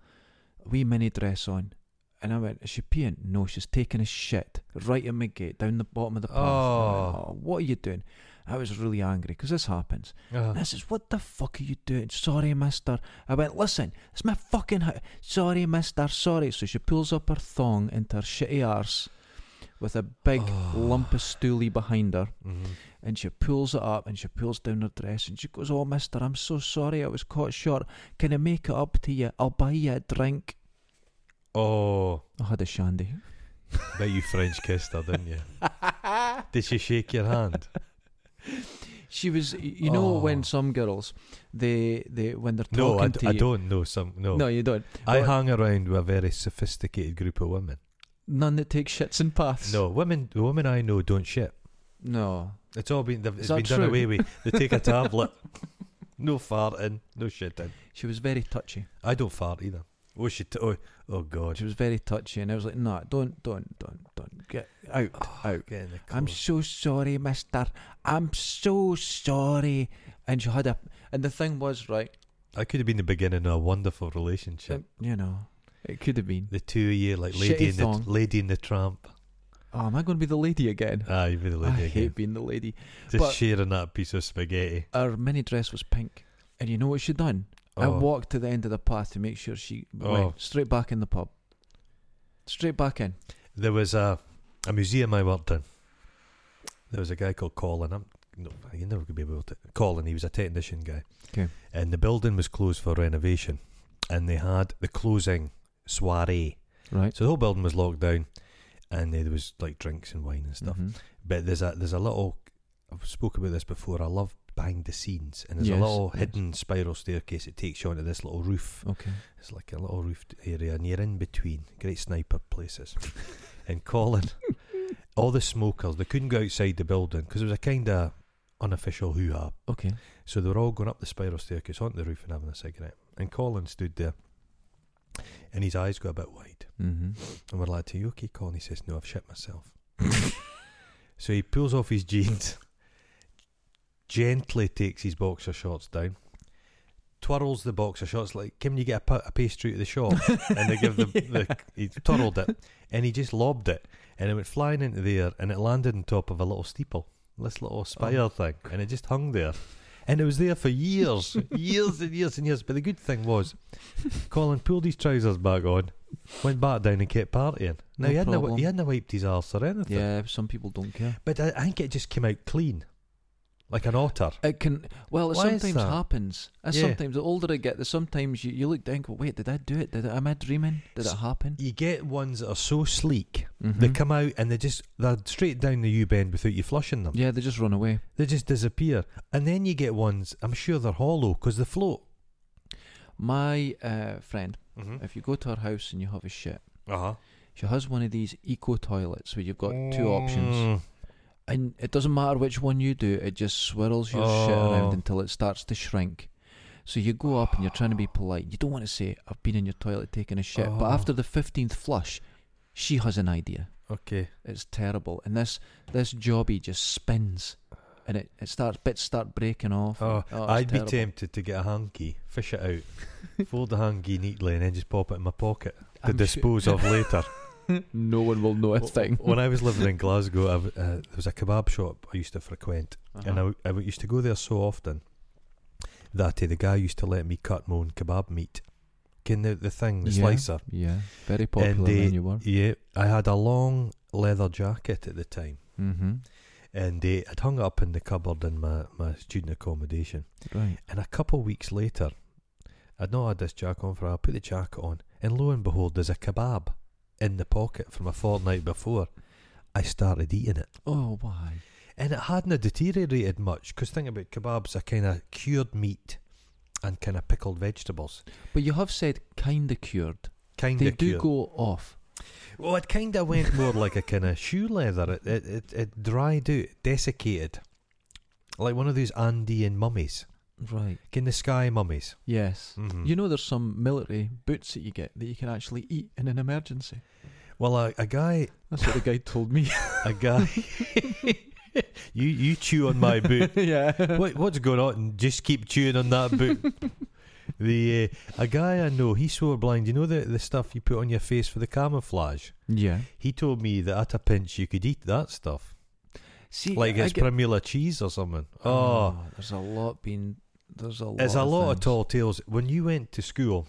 a wee mini dress on. And I went, is she peeing? No, she's taking a shit right at my gate, down the bottom of the path. And I went,
Oh.
oh what are you doing? I was really angry because this happens.
Ah.
And I says, What the fuck are you doing? Sorry, mister. I went, Listen, it's my fucking house. Sorry, mister. Sorry. So she pulls up her thong into her shitty arse with a big
Oh.
lump of stoolie behind her.
hmm
And she pulls it up and she pulls down her dress and she goes, Oh, mister, I'm so sorry I was caught short. Can I make it up to you? I'll buy you a drink.
Oh,
I had a shandy.
bet you French kissed her, didn't you? Did she shake your hand?
She was, you know,
Oh.
when some girls, they, they when they're talking
no, I,
to
I
you.
don't know some. No,
No, you don't.
I
Well-
hang around with a very sophisticated group of women.
None that take shits and paths.
No, women, the women I know don't shit.
No.
It's all been they've-
Is
it's
that
been
true?
done away with. They take a tablet. no farting, no shitting.
She was very touchy.
I don't fart either. Oh, she. T- oh, oh God.
She was very touchy, and I was like, "No, don't, don't, don't, don't get out, out."
Oh, Get in the
I'm
car.
so sorry, Mister. I'm so sorry. And she had a, and the thing was right.
That could have been the beginning of a wonderful relationship.
um, you know, it could have been.
The two of you, like
Shitty
lady in the
thong.
lady in the tramp.
Oh, am I going to be the lady again?
Ah, you'd be the
I
lady
hate
again.
being the lady.
Just
but-
sharing that piece of spaghetti.
Her mini dress was pink, and you know what she done? I
Oh,
walked to the end of the path to make sure she
Oh.
went straight back in the pub. Straight back in.
There was a, a museum I worked in. There was a guy called Colin. I'm no, you're never gonna be able to. Colin, he was a technician guy.
'Kay.
And the building was closed for renovation, and they had the closing soiree.
Right.
So the whole building was locked down, and there was like drinks and wine and stuff.
Mhm.
But there's a there's a little. I've spoke about this before. I love behind the scenes, and there's
Yes,
a little
yes.
hidden spiral staircase that takes you onto this little roof.
Okay.
It's like a little roofed area, and you're in between great sniper places. and Colin, all the smokers, they couldn't go outside the building because it was a kind of unofficial hoo ha.
Okay.
So they were all going up the spiral staircase onto the roof and having a cigarette. And Colin stood there, and his eyes got a bit wide.
Mm-hmm.
And we're like, Are you okay, Colin? He says, No, I've shit myself. so he pulls off his jeans, gently takes his boxer shorts down, twirls the boxer shorts like, Can you get a, pa- a pastry at the shop? and they give the, the he twirled it and he just lobbed it and it went flying into the air and it landed on top of a little steeple, this little spire thing, and it just hung there. And it was there for years, years and years and years. But the good thing was, Colin pulled his trousers back on, went back down and kept partying.
No
Now he hadn't
problem.
wi- he hadn't wiped his arse or anything.
Yeah, some people don't care.
But I, I think it just came out clean, like an otter.
It can. Well, it
Why is
sometimes
that?
happens. It
Yeah.
Sometimes the older I get, the sometimes you, you look down. and Go, wait, did I do it? Did I, am I dreaming? Did it
S-
happen?
You get ones that are so sleek,
Mm-hmm.
they come out and they just they're straight down the U bend without you flushing them.
Yeah, they just run away.
They just disappear. And then you get ones. I'm sure they're hollow because they float.
My uh, friend,
Mm-hmm.
if you go to her house and you have a shit,
Uh huh.
she has one of these eco toilets where you've got two
Mm.
options, and it doesn't matter which one you do. It just swirls your shit
Oh.
around until it starts to shrink. So you go up and you're trying to be polite. You don't want to say, "I've been in your toilet taking a shit,"
Oh.
but after the fifteenth flush, she has an idea.
Okay.
It's terrible. And this this jobby just spins, and it, it starts bits start breaking off.
Oh,
it's
I'd
terrible.
be tempted to get a hanky, fish it out, fold the hanky neatly, and then just pop it in my pocket to
I'm
dispose of later.
sure- no one will know a
W-
thing.
When I was living in Glasgow, I w- uh, there was a kebab shop I used to frequent, and I,
Uh-huh.
w- I w- used to go there so often that uh, the guy used to let me cut my own kebab meat. Can the, the thing, the
Yeah.
slicer.
yeah, very popular
And, uh,
when you were.
Yeah, I had a long leather jacket at the time,
Mm-hmm.
and uh, I'd hung it up in the cupboard in my, my student accommodation.
Right.
And a couple of weeks later, I'd not had this jacket on for a while, put the jacket on, and lo and behold, there's a kebab in the pocket from a fortnight before. I started eating it.
Oh, why?
And it hadn't deteriorated much, because think about kebabs are kind of cured meat and kind of pickled vegetables.
But you have said kinda cured.
Kind
They
of
do go off.
Well, it kind of went more like a kind of shoe leather. It, it it it dried out, desiccated, like one of those Andean mummies,
Right.
in the sky mummies.
Yes.
Mm-hmm.
You know, there's some military boots that you get that you can actually eat in an emergency.
well, a, a guy,
That's what the guy told me.
a guy. you you chew on my boot.
yeah.
What what's going on? Just keep chewing on that boot. the uh, a guy I know, he swore blind. You know the the stuff you put on your face for the camouflage.
Yeah.
He told me that at a pinch you could eat that stuff,
See,
like
I
it's
get-
primula cheese or something. oh
there's a lot being. There's a lot.
There's a lot of
things.
tall tales. When you went to school,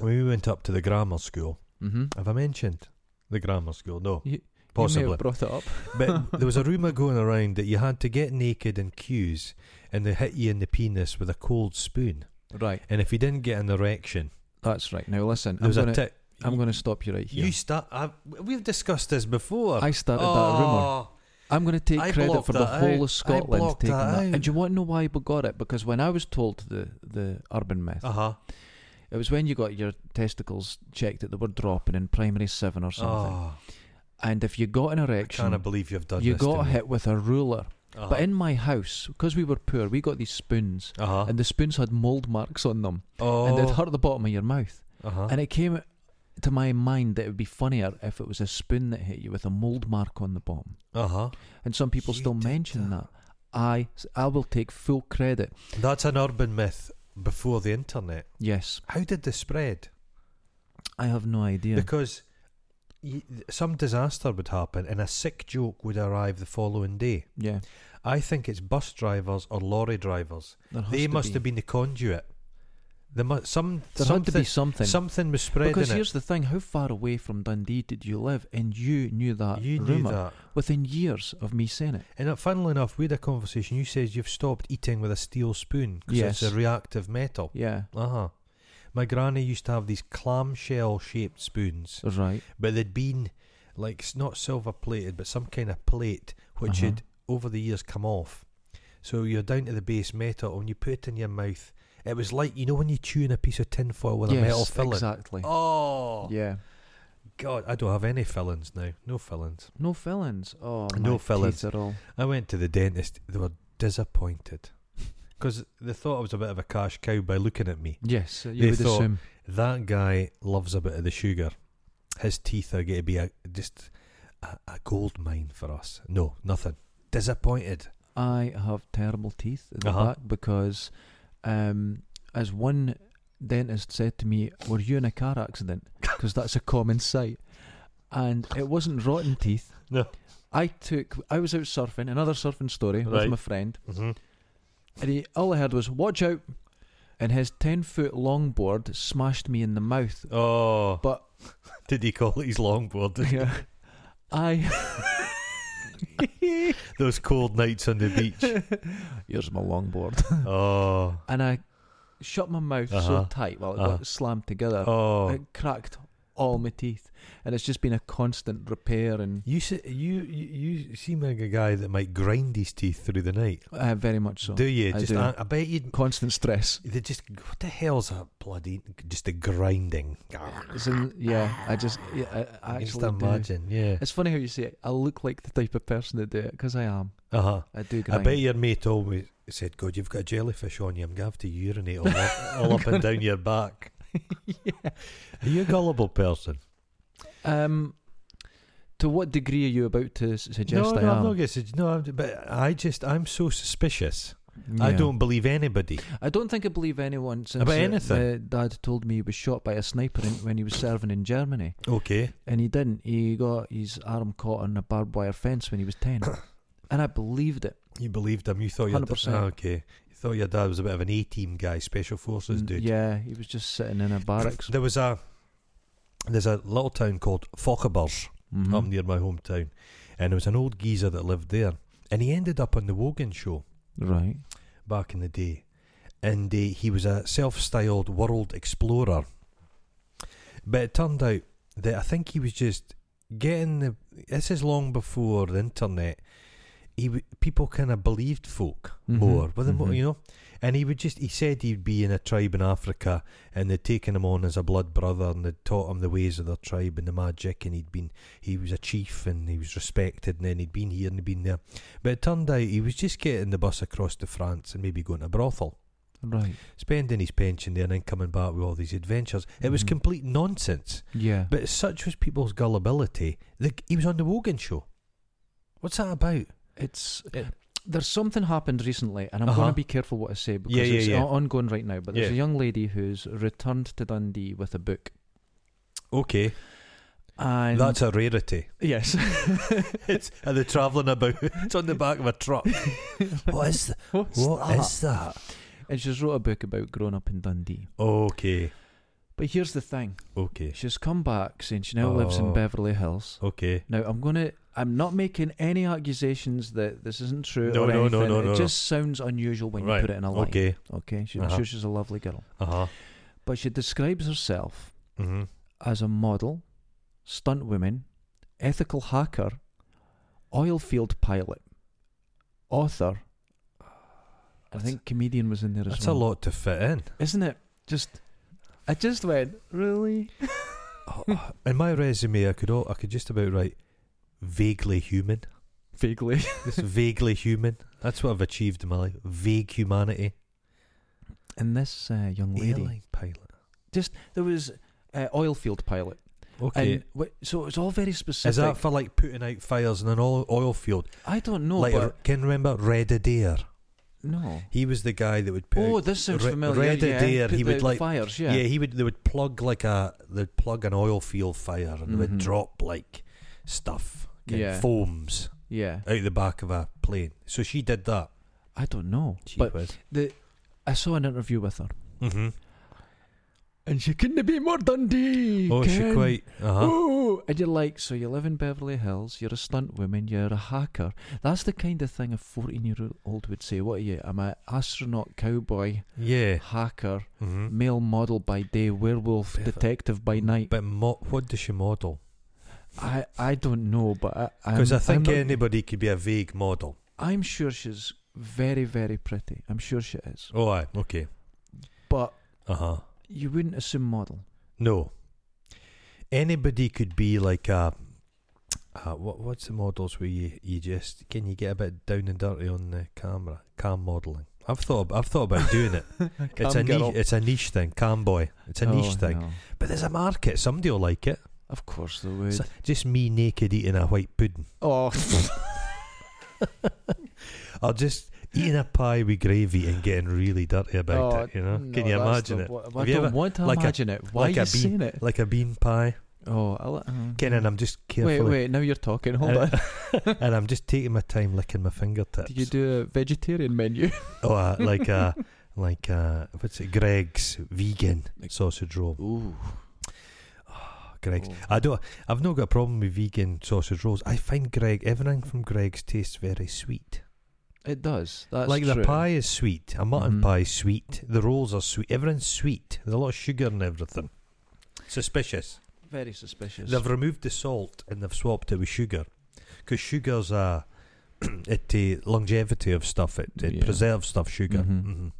when we went up to the grammar school,
Mhm.
have I mentioned the grammar school? No,
You- you You may
possibly.
have brought it up.
but there was a rumour going around that you had to get naked in queues and they hit you in the penis with a cold spoon.
Right.
And if you didn't get an erection,
That's right. Now listen,
there
I'm
was
gonna,
a tip.
I'm gonna stop you right here.
You start. I've, we've discussed this before. Ah,
I started that rumor. I'm gonna take
Oh. I
credit
blocked
for the
that
whole
out. I
of Scotland
blocked
taking
that
that.
out.
And do you want to know why we got it? Because when I was told the the urban myth,
Uh huh.
it was when you got your testicles checked that they were dropping in primary seven or something.
Oh,
And if you got an
I can't
erection,
believe you've done
you
this.
got hit with a ruler.
uh
But in my house, because we were poor, we got these spoons,
Uh huh.
and the spoons had mold marks on them,
Oh.
and they'd hurt the bottom of your mouth.
uh-huh.
And it came to my mind that it would be funnier if it was a spoon that hit you with a mould mark on the bottom.
Uh huh.
And some people
You
still
did
mention that.
that.
I I will take full credit.
That's an urban myth before the internet.
Yes,
How did this spread?
I have no idea.
Because y- some disaster would happen and a sick joke would arrive the following day.
yeah,
I think it's bus drivers or lorry drivers.
there has
They
to
must
be.
have been the conduit There must some
There had
something
to be something.
something was spreading
because
it.
here's the thing: how far away from Dundee did you live? And you knew that
you knew
rumor
that,
within years of me saying it.
and uh, funnily enough, we had a conversation. You said you've stopped eating with a steel spoon because
Yes.
it's a reactive metal.
Yeah,
Uh huh. My granny used to have these clamshell shaped spoons,
right.
but they'd been like s- not silver plated, but some kind of plate which
Uh-huh.
had over the years come off. So you're down to the base metal, and you put it in your mouth. It was like you know when you chew in a piece of tin foil with a
yes,
metal filling.
exactly.
Oh
Yeah,
God, I don't have any fillings now. No fillings.
no fillings. Oh,
No
my
fillings.
teeth are all.
I went to the dentist. They were disappointed because they thought I was a bit of a cash cow by looking at me.
Yes, you
They
would
thought-
assume.
That guy loves a bit of the sugar. His teeth are going to be a, just a, a gold mine for us. No, nothing. Disappointed.
I have terrible teeth in the
Uh-huh.
back because, um, as one dentist said to me, "Were you in a car accident?" Because that's a common sight, and it wasn't rotten teeth.
No.
I took. I was out surfing. Another surfing story with
Right.
my friend,
Mm-hmm.
and he, all I heard was "Watch out!" and his ten foot longboard smashed me in the mouth.
Oh,
But
did he call it his longboard?
yeah, I.
Those cold nights on the beach.
Here's my longboard,
Oh,
and I shut my mouth so
Uh-huh.
tight, well, it
Uh-huh.
got slammed together.
oh.
It cracked all my teeth, and it's just been a constant repair and
You se- you you you seem like a guy that might grind his teeth through the night.
uh, very much so.
do you?
I
just
do.
I, I bet you.
Constant stress.
They just what the hell's a bloody just a grinding.
It's in- yeah, I just yeah, I, I
I can just
actually do.
imagine. Yeah.
It's funny how you say it. I look like the type of person that do it because I am.
Uh huh.
I do.
I
Grind.
bet your mate always said, "God, you've got a jellyfish on you. I'm gonna have to urinate all up, all up and down your back." Are you a gullible person?
Um, to what degree are you about to s- suggest
no, no,
I
I'm
am?
not gonna say no. I'm, but I just I'm so suspicious. I
Yeah.
don't believe anybody.
I don't think I believe anyone since
About
uh,
anything.
my dad told me he was shot by a sniper in, when he was serving in Germany,
Okay.
and he didn't. He got his arm caught on a barbed wire fence when he was ten, and I believed it.
You believed him. You thought your
100%.
da- okay. You thought your dad was a bit of an A-team guy, special forces
Mm,
dude.
Yeah, he was just sitting in a barracks.
There was a there's a little town called Fochabers
Mhm.
up near my hometown, and there was an old geezer that lived there, and he ended up on the Wogan show
Right.
back in the day, and uh, he was a self-styled world explorer. But it turned out that I think he was just getting the. This is long before the internet. He w- people kind of believed folk
Mhm,
more with him,
mhm.
you know. And he would just he said he'd be in a tribe in Africa, and they'd taken him on as a blood brother, and they'd taught him the ways of their tribe and the magic, and he'd been he was a chief and he was respected, and then he'd been here and he'd been there. But it turned out he was just getting the bus across to France and maybe going to brothel
Right.
spending his pension there and then coming back with all these adventures. It was
Mhm.
complete nonsense.
Yeah.
But such was people's gullibility. The, he was on the Wogan show. What's that about?
it's
It-
there's something happened recently, and I'm going
Uh-huh.
to be careful what I say because
Yeah, yeah,
it's
yeah.
o- ongoing right now. But there's
Yeah.
a young lady who's returned to Dundee with a book,
Okay,
and
that's a rarity.
yes,
It's are they travelling about? It's on the back of a truck. what is th-
What's
what
that?
is that?
And she's wrote a book about growing up in Dundee.
Okay,
But here's the thing:
okay,
she's come back saying she now lives in
Oh.
Beverly Hills.
okay.
Now I'm gonna. I'm not making any accusations that this isn't true
No,
or
no,
anything.
no, no,
it
no.
just sounds unusual when
Right,
you put it in a line.
Okay,
Okay, she, I'm
Uh-huh.
sure she's a lovely girl.
uh huh.
But she describes herself
Mm-hmm.
as a model, stunt woman, ethical hacker, oil field pilot, author. I
That's-
think comedian was in there as
That's a
well.
lot to fit in.
isn't it? Just, I just went really.
Oh, In my resume, I could all, I could just about write vaguely human.
Vaguely,
This vaguely human. That's what I've achieved in my life. Vague humanity.
and this uh, young lady,
Airline pilot.
there was uh, oil field pilot,
Okay.
and w- so it was all very specific.
is that for like putting out fires in an oil, oil field?
I don't know,
like,
but
can you remember Red Adair?
no.
He was the guy that would put.
Oh,
out-
this sounds
Re-
familiar.
Red
yeah.
Adair,
Put
he would
the
like-
fires.
yeah. he would. They would plug like a. They'd plug an oil field fire and they would
Mhm.
drop like stuff, okay,
Yeah.
foams
yeah.
out the back of a plane. So she did that.
I don't know, but I saw an interview with her,
hmm
and she couldn't be more Dundee.
Oh, she
Ken."
quite. Uh huh.
Oh, and you're like, so you live in Beverly Hills, you're a stunt woman, you're a hacker. That's the kind of thing a 14 year old would say. What are you? I'm an astronaut, cowboy,
Yeah.
hacker,
Mm-hmm.
male model by day, werewolf,
Bever-
detective by night.
But mo- what does she model?
I, I don't know, but I, I'm,
Because I
I'm
think
not-
anybody could be a vague model.
I'm sure she's very, very pretty. I'm sure she is.
Oh, aye. Okay.
But
Uh huh.
you wouldn't assume model.
No. Anybody could be like a. Uh, what what's the models where you, you just can you get a bit down and dirty on the camera cam modeling? I've thought I've thought about doing it. it's a
Cam girl.
niche it's a niche thing. Cam boy. It's a
Oh,
niche thing.
no.
But there's a market. Somebody will like it.
Of course they would.
It's just me naked eating a white pudding.
oh,
Or just eating a pie with gravy and getting really dirty about
oh,
it. You know?
no,
Can you
that's
imagine
the
it?
wo- I
Have you
don't
ever-
want to
like a-
imagine it. Why
like
are
a
you
bee-
saying it?
Like a bean pie.
Oh, I'll, um,
Ken, and I'm just
wait,
carefully.
wait. Now you're talking. Hold
and,
on.
and I'm just taking my time licking my fingertips.
Do you do a vegetarian menu?
Oh, uh, like uh, like uh, what's it? Greg's vegan
Like-
sausage roll.
Ooh,
Greg's.
Oh.
I don't. I've not got a problem with vegan sausage rolls. I find Greg everything from Greg's tastes very sweet.
it does. That's
like
true.
the pie is sweet. A mutton
Mhm.
pie is sweet. The rolls are sweet. Everything's sweet. There's a lot of sugar in everything. Suspicious.
Very suspicious.
They've removed the salt and they've swapped it with sugar, because sugar's a it uh, longevity of stuff. It, it
Yeah.
preserves stuff. Sugar.
Mhm.
Mhm.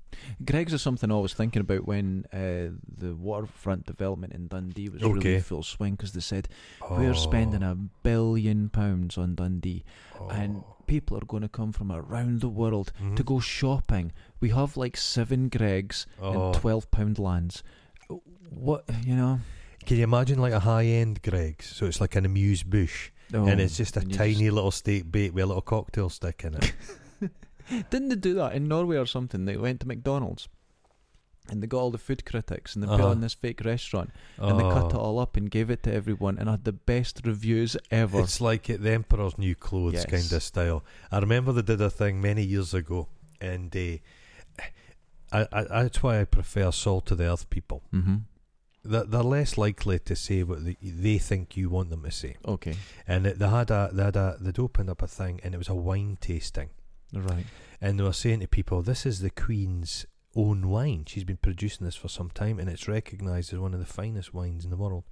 Greg's is something I was thinking about when uh, the waterfront development in Dundee was
Okay.
really full swing because they said we're spending a billion pounds on Dundee,
Oh.
and people are going to come from around the world
Mhm.
to go shopping. We have like seven Gregs
Oh.
and twelve pound lands. What you know?
Can you imagine like a high end Greg's? So it's like an amuse bush, and it's just a
Oh, and you
tiny little steak bait with a little cocktail stick in it.
Didn't they do that in Norway or something? They went to McDonald's and they got all the food critics and they put
Uh-huh.
it in this fake restaurant and they cut it
Oh.
all up and gave it to everyone and had the best reviews ever.
It's like it- the Emperor's New Clothes
Yes.
kind of style. I remember they did a thing many years ago, and uh, I, I, that's why I prefer Salt to the Earth people.
mm-hmm.
They're, they're less likely to say what they, they think you want them to say.
Okay.
And it, they had a, they had a, they'd opened up a thing, and it was a wine tasting.
Right.
and they were saying to people, "This is the Queen's own wine. She's been producing this for some time, and it's recognised as one of the finest wines in the world."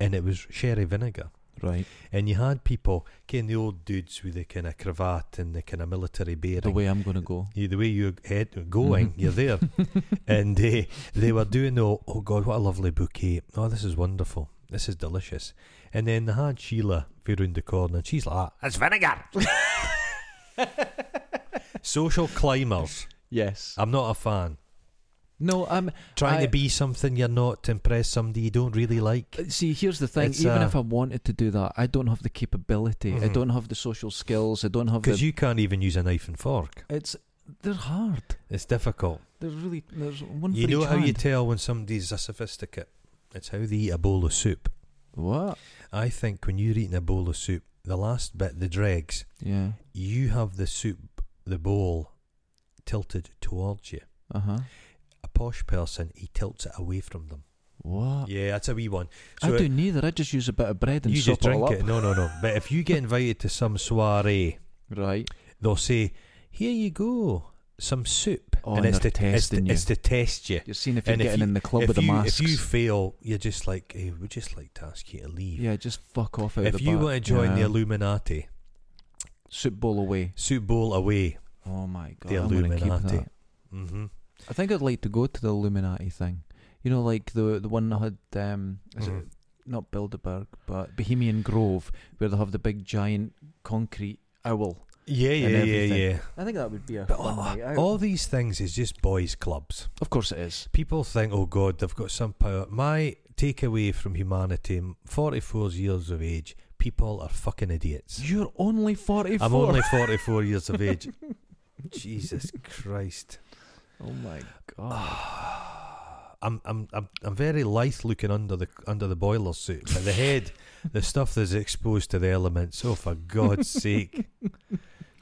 And it was sherry vinegar.
Right.
And you had people, ken the old dudes with the kind of cravat and the kind of military bearing.
The way Mm-hmm. I'm going to go.
Yeah, the way you're head, going, you're there. and uh, they were doing, oh, oh God, what a lovely bouquet. Oh, this is wonderful. This is delicious. And then they had Sheila be round the corner, and she's like, "Ah, "That's vinegar. Social climbers.
Yes.
I'm not a fan.
No, I'm.
Trying
I- Uh,
to be something you're not to impress somebody you don't really like.
See, here's the thing.
It's,
Even
uh,
if I wanted to do that, I don't have the capability. I
Mhm.
don't have the social skills. I don't have the.
Because you can't even use a knife and fork.
it's they're hard.
It's difficult.
They're really there's one.
You
for
know
each
how you
hand.
tell when somebody's a sophisticate? It's how they eat a bowl of soup.
what?
I think when you're eating a bowl of soup, the last bit, the dregs,
Yeah.
you have the soup, the bowl, tilted towards you.
Uh huh.
A posh person, he tilts it away from them.
What?
Yeah, that's a wee one.
Ah. I
So it-
do neither. I just use a bit of bread and
you
chop
just drink
it all
it.
up.
No, no, no. But if you get invited to some soiree,
Right.
they'll say, "Here you go, some soup,"
Oh, and
it's to
they're
it's to,
testing you.
it's to test you.
You're seeing if you're
And if
getting
you-
in the club
if
with the
you
masks.
if you fail, you're just like, "Hey, we'd just like to ask you to leave."
yeah, just fuck off out
if
the
you
back.
want to join the
Yeah.
Illuminati,
soup bowl away.
soup bowl away.
Oh my god,
The
I'm gonna keep
Illuminati.
that.
Mm-hmm.
I think I'd like to go to the Illuminati thing. You know, like the the one that had um, is it
Mhm.
not Bilderberg, but Bohemian Grove, where they have the big giant concrete owl.
Yeah, yeah, yeah,
everything.
yeah.
I think that would be a
But oh,
fun night
all,
out.
all these things is just boys' clubs.
oh, of course it is.
People think, "Oh God, they've got some power." My takeaway from humanity: forty-four years of age, people are fucking idiots.
You're only 44.
I'm only 44 years of age. Jesus Christ.
Oh my
Ah,
god.
I'm, I'm I'm I'm very lithe looking under the under the boiler suit, but the head, the stuff that's exposed to the elements. Oh, for God's sake,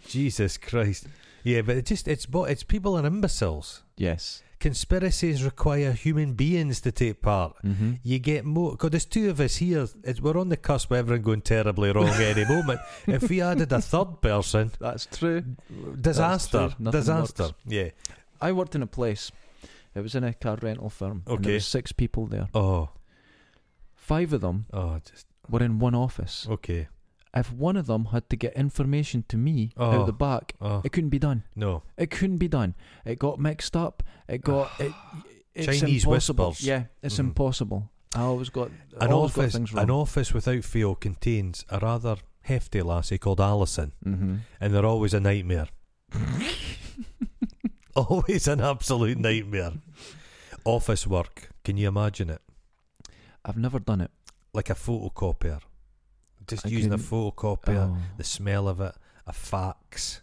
Jesus Christ! Yeah, but it just it's bo- it's people are imbeciles.
yes.
Conspiracies require human beings to take part.
Mm-hmm.
You get more because there's two of us here. It's, we're on the cusp of everything going terribly wrong any moment. If we added a third person,
That's true.
disaster,
Nothing
disaster.
works.
Yeah.
I worked in a place. It was in a car rental firm. And
Okay.
there was six people there.
Oh,
Five of them
oh, just
were in one office.
okay.
If one of them had to get information to me
Oh.
out the back,
Oh
it couldn't be done.
no,
It couldn't be done. It got mixed up. It got it. It's
Chinese
impossible.
whispers.
Yeah, it's
Mhm.
impossible. I always got I
an
always got
office.
things
An
wrong.
office without fail contains a rather hefty lassie called Alison.
mm-hmm.
and they're always a nightmare. always an absolute nightmare. Office work. Can you imagine it?
I've never done it.
Like a photocopier. Just
I
using a
couldn't-
photocopier,
Oh.
the smell of it, a fax.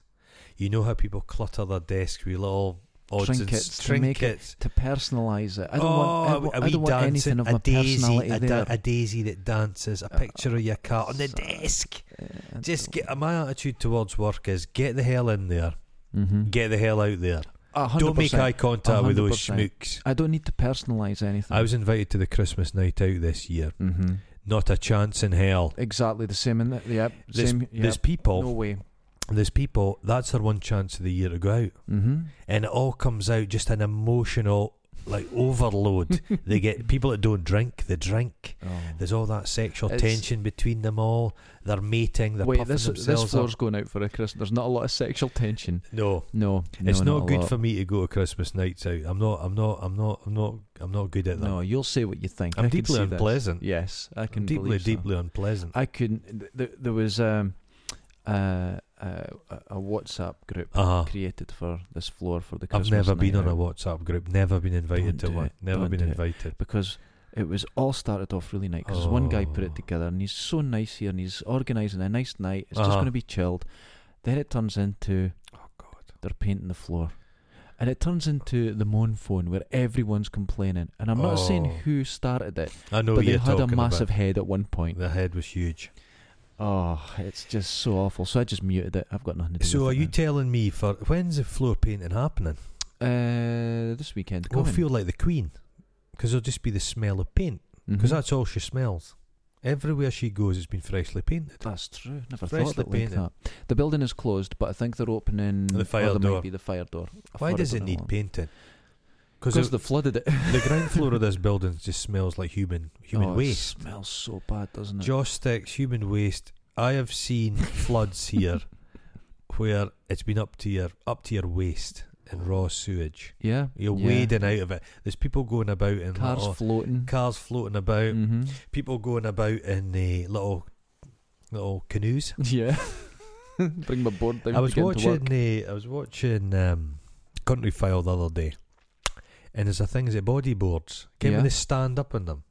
You know how people clutter their desk with little odds
Trinkets
and
to
s-
make it-
trinkets.
To personalise it, I don't want. I,
oh,
wa-
a
I
wee
don't want
dancing,
anything of
a
my
daisy,
personality
a, da-
there.
a daisy that dances, a
Oh,
picture of your car on the
sorry.
desk.
Uh, I
Just
don't-
get my attitude towards work is get the hell in there,
Mhm.
get the hell out there.
A hundred
Don't make
percent.
eye contact with those
100%.
schmooks.
I don't need to personalise anything.
I was invited to the Christmas night out this year.
hmm
Not a chance in hell.
Exactly the same in that. Yep.
There's,
same. Yep.
there's people.
no way.
There's people. That's their one chance of the year to go out,
Mm-hmm.
and it all comes out just an emotional like overload. they get people that don't drink. They drink. There's all that sexual
It's-
tension between them all. They're mating. They're
Wait,
puffing
this this
themselves
floor's
up.
going out for a Christmas. There's not a lot of sexual tension.
No,
No,
it's
no,
not
a
good
lot.
for me to go to Christmas nights out. I'm not. I'm not. I'm not. I'm not. I'm not good at that.
No, you'll say what you think.
I'm
I can
deeply
see this.
unpleasant.
Yes, I can
I'm deeply,
believe so.
deeply unpleasant.
I couldn't. th- Th- there was um, uh, uh, a a WhatsApp group
Uh huh.
created for this floor for the
I've
Christmas.
never been
night
on a
out
WhatsApp group. Never been invited
Don't
to
do
one.
it.
Never
Don't
been
do it.
invited.
because it was all started off really nice because one guy put
Oh.
it together and he's so nice here and he's organising a nice night. It's just
Uh-huh.
going to be chilled. Then it turns into
Oh God.
they're painting the floor. And it turns into the moan phone where everyone's complaining. And I'm not saying
Oh.
who started it,
I know
but
you're
they had
talking
a massive
about.
head at one point.
The head was huge.
Oh, it's just so awful. So I just muted it. I've got nothing to do
So
with
are
it
you
now.
telling me for when's the floor painting happening?
Uh, this weekend.
We'll
coming.
feel like the Queen, because it'll just be the smell of paint. Because
Mhm.
that's all she smells. Everywhere she goes, it's been freshly painted.
that's true. Never
Freshly
thought of it like
painted.
that. The building is closed, but I think they're opening
The
or
fire
there
door.
Might be the fire door.
Why does it need painting?
Because
Because the,
they flooded it.
the ground floor of this building just smells like human human
oh,
waste.
It smells so bad, doesn't it?
Joss sticks, human waste. I have seen floods here where it's been up to your up to your waist in raw sewage.
yeah.
You're
Oh. yeah.
wading out of it. There's people going about in
Cars
little,
floating.
cars floating about.
hmm
People going about in the little little canoes.
Yeah. Bring my board down
I was
to get into work.
watching the I was watching um, Country File the other day, and there's a thing is it bodyboards. Can
Yeah.
they stand up in them?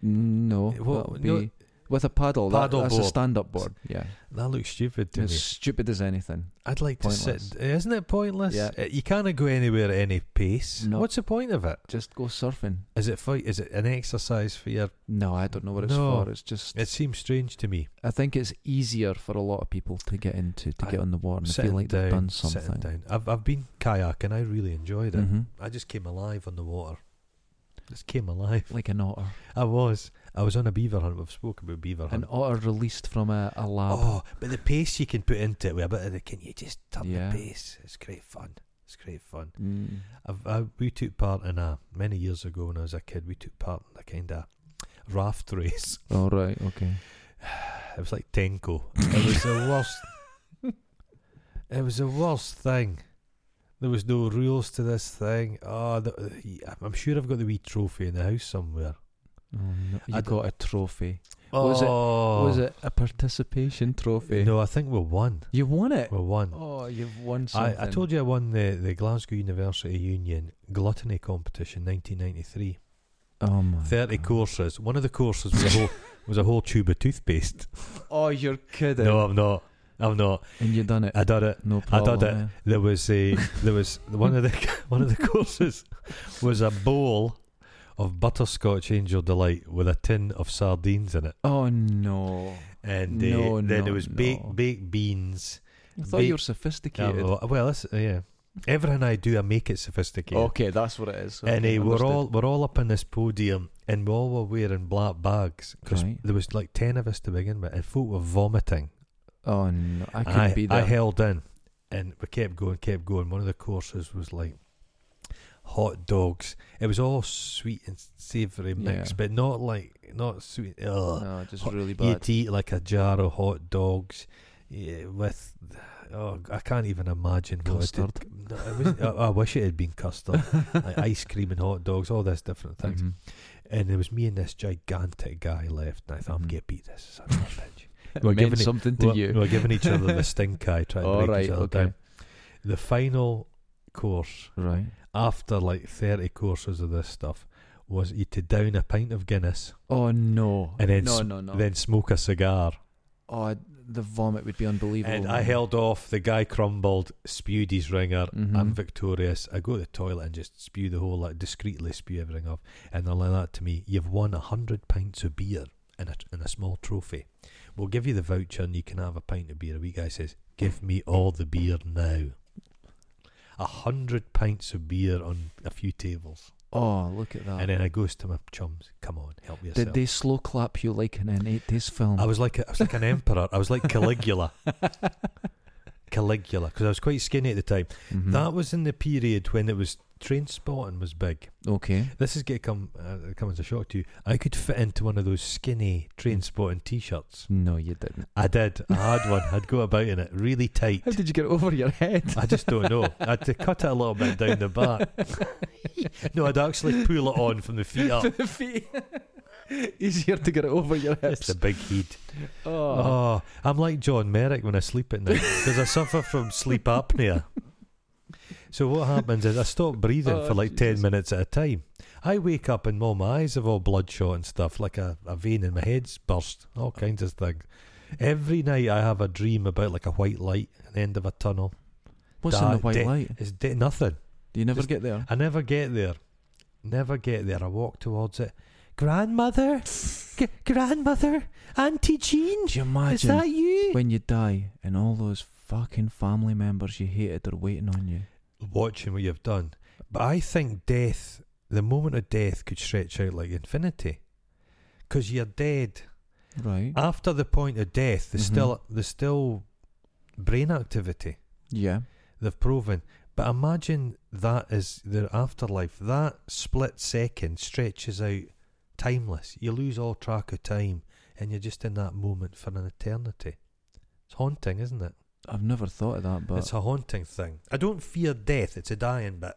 No,
Eh, well,
that would
no-
be with a paddle. that-
Paddle
that's
board.
a stand-up board. Yeah,
That looks stupid to
as
me.
stupid as anything.
I'd like
Pointless.
to sit. Isn't it pointless?
Yeah.
Uh, You can't go anywhere at any pace.
No.
What's the point of it?
Just go surfing.
Is it fight? Is it an exercise for your?
No, I don't know what it's
No.
for. It's just.
It seems strange to me.
I think it's easier for a lot of people to get into to
I-
get on the water and
Sitting
feel like
down,
they've done
sitting
something.
down. I've I've been kayaking. I really enjoyed it.
Mhm.
I just came alive on the water. Just came alive.
Like an otter,
I was. I was on a beaver hunt. We've spoken about beaver
an
hunt.
otter released from a, a lab.
Uh-huh. Oh, but the pace you can put into it with a bit of the can you just turn
Yeah.
the pace? It's great fun. It's great fun.
Mm.
I've, I, we took part in a many years ago when I was a kid. We took part in a kind of raft race.
All Oh, right, okay.
It was like Tenko. It was the worst. It was the worst thing. There was no rules to this thing. Oh, the, I'm sure I've got the wee trophy in the house somewhere.
Oh, no. You
I d-
got a trophy. Was it-
Oh,
Was it a participation trophy?
No, I think we won.
You won it.
We won.
Oh, you've won something.
I, I told you I won the, the Glasgow University Union Gluttony Competition 1993.
Oh my.
30
God.
courses. One of the courses was a whole, was a whole tube of toothpaste.
Oh, you're kidding.
No, I'm not. I'm not.
and you done it.
I done it.
No
I
problem. eh?
done it. There was a there was one of the one of the courses was a bowl of butterscotch angel delight with a tin of sardines in it,
Oh no!
and uh,
No,
then
no,
there was
no.
baked baked beans.
I thought
Ba- Oh.
you were sophisticated.
Um, well, that's, yeah, Everything I do, I make it sophisticated.
Okay, that's what it is.
and
Okay,
eh, we're
understood.
all we're all up in this podium, and we all were wearing black bags because
Right.
there was like ten of us to begin with, and folk were vomiting.
Oh no, I
And
couldn't be there.
I held in, and we kept going, kept going. One of the courses was like hot dogs. It was all sweet and savoury mix,
Yeah.
but not like not sweet. Ugh.
no, just
Hot-
really
you
bad.
eat like a jar of hot dogs yeah, with. Oh, I can't even imagine what I did. No, it wasn't- I, I wish it had been custard, like ice cream and hot dogs, all this different things.
Mhm.
And it was me and this gigantic guy left, and I thought, I'm
Mhm.
gonna beat this son of a bitch.
It
We're
meant
giving it-
something to
we're,
you.
we're giving each other the stink eye, trying
All
to break each
right,
other
okay.
down. The final course
Right.
after like thirty courses of this stuff was you to down a pint of Guinness,
Oh no.
And then
no,
sp-
no, no.
then smoke a cigar.
oh, the vomit would be unbelievable.
And I held off. The guy crumbled, spewed his ringer.
Mhm.
I'm victorious. I go to the toilet and just spew the whole lot, discreetly spew everything off. And they're like that to me. You've won a hundred pints of beer and a, and a small trophy. We'll give you the voucher and you can have a pint of beer. The wee guy says, "Give me all the beer now." A hundred pints of beer on a few tables,
Oh, look at that.
and then I goes to my chums. Come on, help yourself.
Did they slow clap you like in an eight days film?
I was like a, I was like an emperor. I was like Caligula. Caligula, because I was quite skinny at the time.
Mhm.
That was in the period when it was train spotting was big.
okay.
This is going to come, uh, come as a shock to you. I could fit into one of those skinny train spotting t shirts.
No, you didn't.
I did. I had one. I'd go about in it really tight.
How did you get it over your head?
I just don't know. Oh, I had to cut it a little bit down the back. No, I'd actually pull it on from the feet up.
the feet. Easier to get it over your hips.
It's a big heat.
Oh.
Oh, I'm like John Merrick when I sleep at night because I suffer from sleep apnea. So what happens is I stop breathing
Oh,
for like ten
Jesus.
minutes at a time. I wake up and all my eyes are all bloodshot and stuff, like a, a vein in my head's burst, all kinds of things. Every night I have a dream about like a white light at the end of a tunnel.
What's in the
da-
white
de-
light?
It's de- nothing.
Do you never
just-
get there?
I never get there. Never get there. I walk towards it. Grandmother, G- grandmother, Auntie Jean,
Do you
is
imagine
that you?
when you die and all those fucking family members you hated are waiting on you?
watching what you've done. But I think death, the moment of death, could stretch out like infinity, because you're dead.
Right.
After the point of death, there's
Mhm.
still there's still brain activity.
yeah.
They've proven. But imagine that is their afterlife. That split second stretches out timeless. You lose all track of time, and you're just in that moment for an eternity. It's haunting, isn't it?
I've never thought of that, but
it's a haunting thing. I don't fear death. It's a dying bit.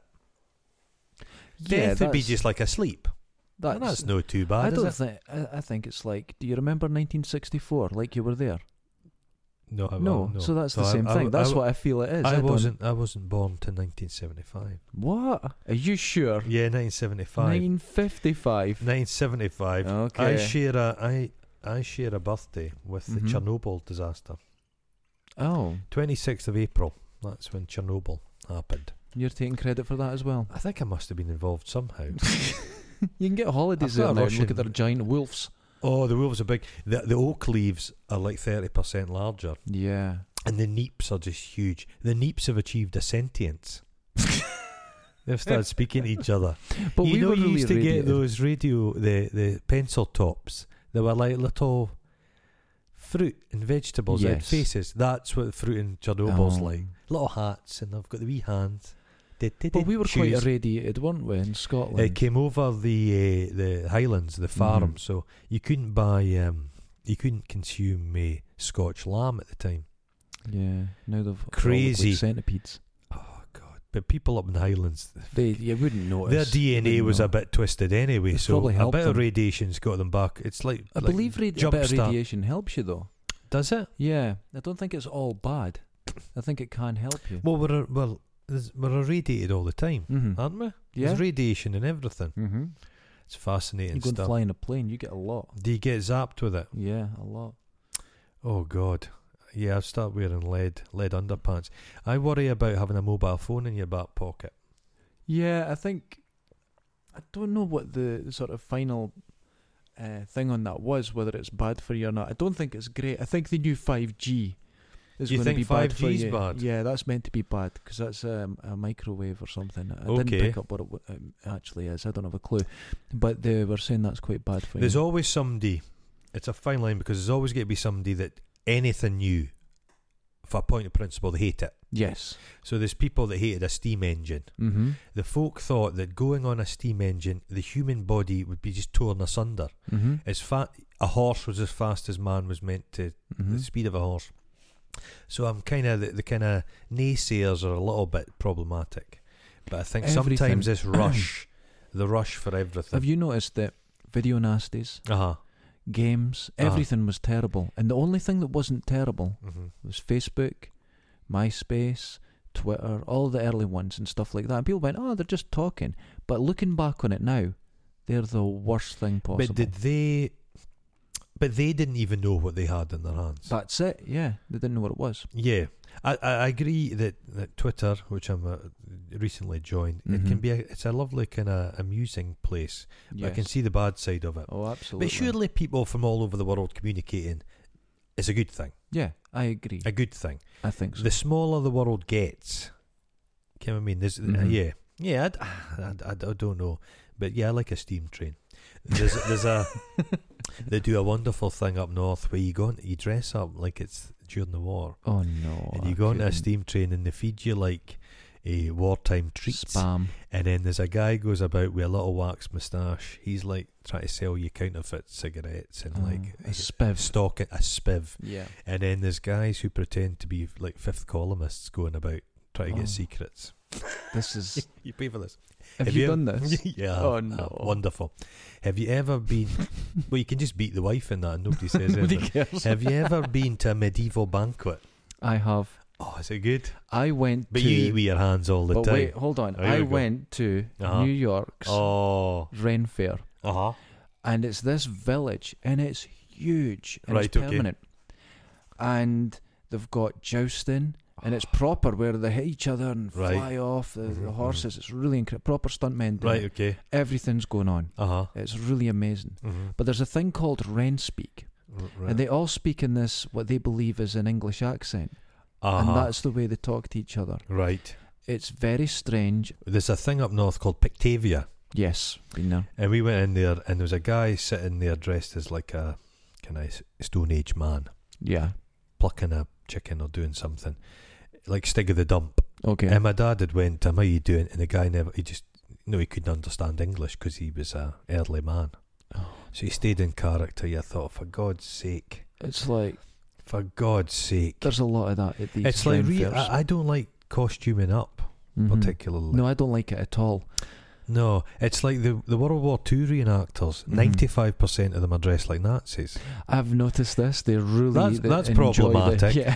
Yeah,
Death would be
that's-
just like asleep. That's,
that's,
that's no too bad.
I
is
don't
it?
think. I, I think it's like. Do you remember 1964? Like you were there.
No, I,
no,
no.
so that's the
I-
same
I-
thing.
I-
that's
I-
what I feel it is.
I,
don't-
wasn't. I wasn't born till 1975.
What? Are you sure?
Yeah, 1975.
955.
1975.
Okay.
I share a. I I share a birthday with the
Mhm.
Chernobyl disaster.
oh,
26th of April. That's when Chernobyl happened.
you're taking credit for that as well.
I think I must have been involved somehow.
You can get holidays
I've got
there now
a
and look at
Russian-
their giant wolves.
oh, the wolves are big. The, the oak leaves are like 30% larger,
Yeah.
and the neeps are just huge. The neeps have achieved a sentience. They've started speaking to each other.
But
you
we
know,
were
you
really
used to
radiated.
get those radio, the the pencil tops. They were like little fruit and vegetables and
Yes.
faces. That's what fruit and
Oh.
Chernobyl's like. Little hats, and they've got the wee hands.
But we were
Shoes.
quite irradiated, weren't we, in Scotland?
It came over the uh, the Highlands, the farm,
Mm-hmm.
so you couldn't buy, um, you couldn't consume uh, Scotch lamb at the time.
yeah. Now they've all
Crazy.
Like centipedes.
Oh God! But people up in the Highlands,
They you wouldn't notice.
their DNA
Wouldn't
was
know.
a bit twisted anyway,
It's
so
probably
a
helped
bit of
them.
radiation's got them back. It's like
I
like
believe radi- a
jump
bit of
start.
radiation helps you though.
Does it?
Yeah, I don't think it's all bad. I think it can help you.
Well, we're well, there's- we're irradiated all the time,
mm-hmm.
aren't we?
Yeah.
There's radiation and everything.
mm-hmm.
It's fascinating
You go and
stuff.
fly in a plane, you get a lot.
Do you get zapped with it?
Yeah, a lot.
Oh God. Yeah, I've started wearing lead lead underpants. I worry about having a mobile phone in your back pocket.
Yeah, I think I don't know what the sort of final uh, thing on that was, whether it's bad for you or not. I don't think it's great. I think the new five G This
You
is going
think
to be bad
5G
for
is
you.
bad?
Yeah, that's meant to be bad because that's um, a microwave or something. I
Okay.
didn't pick up what it w- um, actually is. I don't have a clue, but they were saying that's quite bad for
There's
you.
always somebody. It's a fine line because there's always going to be somebody that anything new, for a point of principle, they hate it.
yes.
So there's people that hated a steam engine.
Mm-hmm.
The folk thought that going on a steam engine, the human body would be just torn asunder.
Mm-hmm.
As fa- a horse was as fast as man was meant to,
Mm-hmm.
the speed of a horse. So I'm kind of the, the kind of naysayers are a little bit problematic, but I think
Everything.
sometimes this rush, the rush for everything.
Have you noticed that video nasties,
uh huh.
games,
Uh-huh.
everything was terrible, and the only thing that wasn't terrible
Mm-hmm.
was Facebook, MySpace, Twitter, all the early ones and stuff like that. And people went, "Oh, they're just talking," but looking back on it now, they're the worst thing possible.
But did they? But they didn't even know what they had in their hands.
That's it. Yeah, they didn't know what it was.
yeah, I, I I agree that, that Twitter, which I'm uh, recently joined, it can
Mhm.
be a, it's a lovely kind of amusing place. but I can
Yes.
see the bad side of it.
Oh, absolutely.
but surely people from all over the world communicating is a good thing.
yeah, I agree.
A good thing.
I think so.
The smaller the world gets, can I mean? There's, uh,
Mhm.
yeah, yeah. I'd, I'd, I'd, I don't know, but yeah, I like a steam train. There's, there's a they do a wonderful thing up north where you go and you dress up like it's during the war,
oh no!
and you
I
go on a
couldn't.
steam train and they feed you like a wartime treats,
spam.
and then there's a guy goes about with a little wax moustache. He's like trying to sell you counterfeit cigarettes and
Oh,
like
a spiv.
stock a spiv.
Yeah.
And then there's guys who pretend to be like fifth columnists going about trying to
Oh.
get secrets.
This is.
You pay for this.
Have,
Have
you,
you-
done this?
yeah.
Oh,
uh,
no.
wonderful. Have you ever been? well, you can just beat the wife in that, and nobody says
Nobody
anything.
cares.
Have you ever been to a medieval banquet?
I have.
Oh, is it good?
I went
But
to.
you eat with your hands all the
but
time.
wait, hold on.
Oh, here
I
we go.
went to
Uh-huh.
New York's
oh,
Ren Fair,
uh huh.
and it's this village, and it's huge, and
Right,
it's
okay.
permanent, and they've got jousting. And it's proper where they hit each other and
Right.
fly off the,
Mhm,
the
mhm.
horses. It's really incre- proper stuntmen. doing
Right.
it.
Okay.
Everything's going on.
Uh huh.
It's really amazing. But there's a thing called Ren speak,
Right.
and they all speak in this what they believe is an English accent,
uh-huh.
and that's the way they talk to each other.
right.
It's very strange.
There's a thing up north called Pictavia.
Yes, been there.
And we went in there, and there was a guy sitting there dressed as like a kind of Stone Age man,
Yeah.
plucking a chicken or doing something, like Stig of the Dump.
Okay.
And my dad had went to him, "How you doing?" And the guy never, he just no, he couldn't understand English because he was a early man.
Oh.
So he stayed in character. You thought, for God's sake,
It's like
for God's sake,
there's a lot of that at these.
it's like
Ren
re-
fairs.
I, I don't like costuming up
Mhm.
particularly.
No, I don't like it at all.
No, it's like the the World War Two reenactors.
Mhm.
Ninety five percent of them are dressed like Nazis.
I've noticed this. They really
That's-
they
that's
enjoy the-
problematic.
yeah,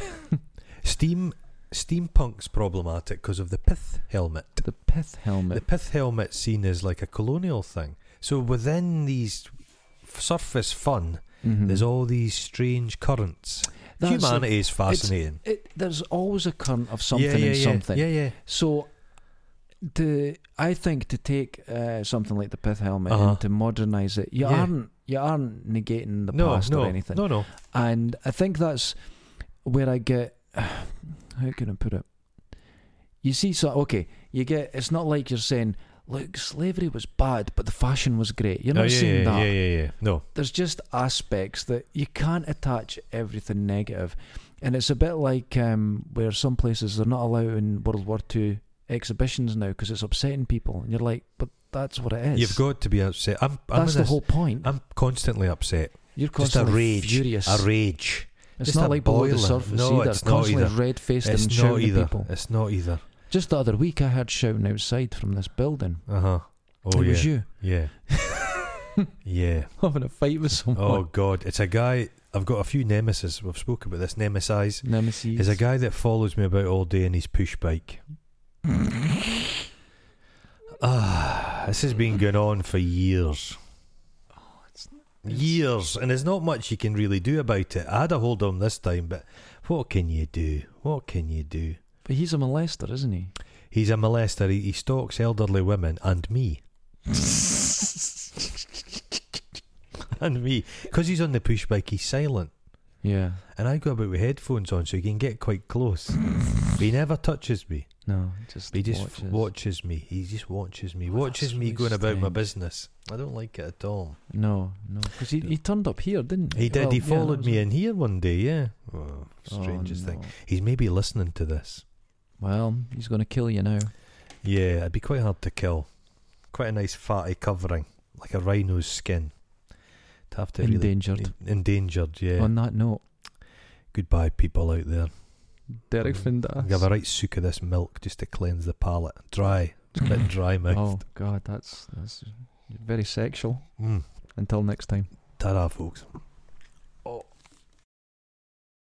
Steam steampunk's problematic because of the pith helmet.
the pith
The
helmet.
pith helmet's seen as like a colonial thing. So within these f- surface fun,
Mhm.
there's all these strange currents.
That's the-
Humanity is fascinating.
it, there's always a current of something
yeah, yeah,
and
yeah.
something.
Yeah, yeah.
So, to I think to take uh, something like the pith helmet
Uh-huh.
and to modernise it, you
Yeah.
aren't you aren't negating the
no,
past
no,
or anything.
no, no.
And I think that's where I get how can I put it? You see, so okay, you get it's not like you're saying, look, slavery was bad, but the fashion was great. You're not
oh, yeah,
saying
yeah,
that.
yeah, yeah, yeah. No.
There's just aspects that you can't attach everything negative, and it's a bit like um, where some places they're not allowing World War Two exhibitions now because it's upsetting people, and you're like, but that's what it is.
You've got to be upset. I'm, I'm
that's
in
the
this-
whole point.
I'm constantly upset.
you're
Just a
constantly
rage.
furious.
A rage.
It's
Just
not
a
like below the
boiler.
surface
No,
either.
it's not
Constantly
either.
red faced and
It's not
shouting at
either.
people.
It's not either.
Just the other week, I heard shouting outside from this building.
Uh huh.
it
Oh yeah.
was you
Yeah. yeah.
having a fight with someone.
Oh God, it's a guy. I've got a few nemesis. We've spoken about this. Nemesis
Nemesis.
is a guy that follows me about all day in his push bike. Ah, this has been going on for years. Years, and there's not much you can really do about it. I had a hold of him this time, but what can you do? What can you do?
But he's a molester, isn't he?
He's a molester. He, he stalks elderly women and me. and me. Because he's on the push bike, he's silent.
Yeah.
And I go about with headphones on so he can get quite close. but he never touches me.
No, just
He just f-
watches.
watches. me. He just watches me.
Oh,
watches
that's
me
really
going about my
strange.
business. I don't like it at all.
No, no, because he, he turned up here, didn't he?
He did.
Well,
he
yeah, that
followed
was
me
it.
in here one day. Yeah. Oh,
Oh,
strangest thing.
no.
He's maybe listening to this.
Well, he's going to kill you now.
Yeah, it'd be quite hard to kill. Quite a nice fatty covering, like a rhino's skin. To have to really-
Endangered.
en- endangered. Yeah.
On that note,
Goodbye, people out there.
Derek
Mm.
Findas.
Give a right sook of this milk just to cleanse the palate. Dry, it's a bit dry mouthed.
Oh God, that's that's very sexual.
Mm.
Until next time.
Ta-ra, folks.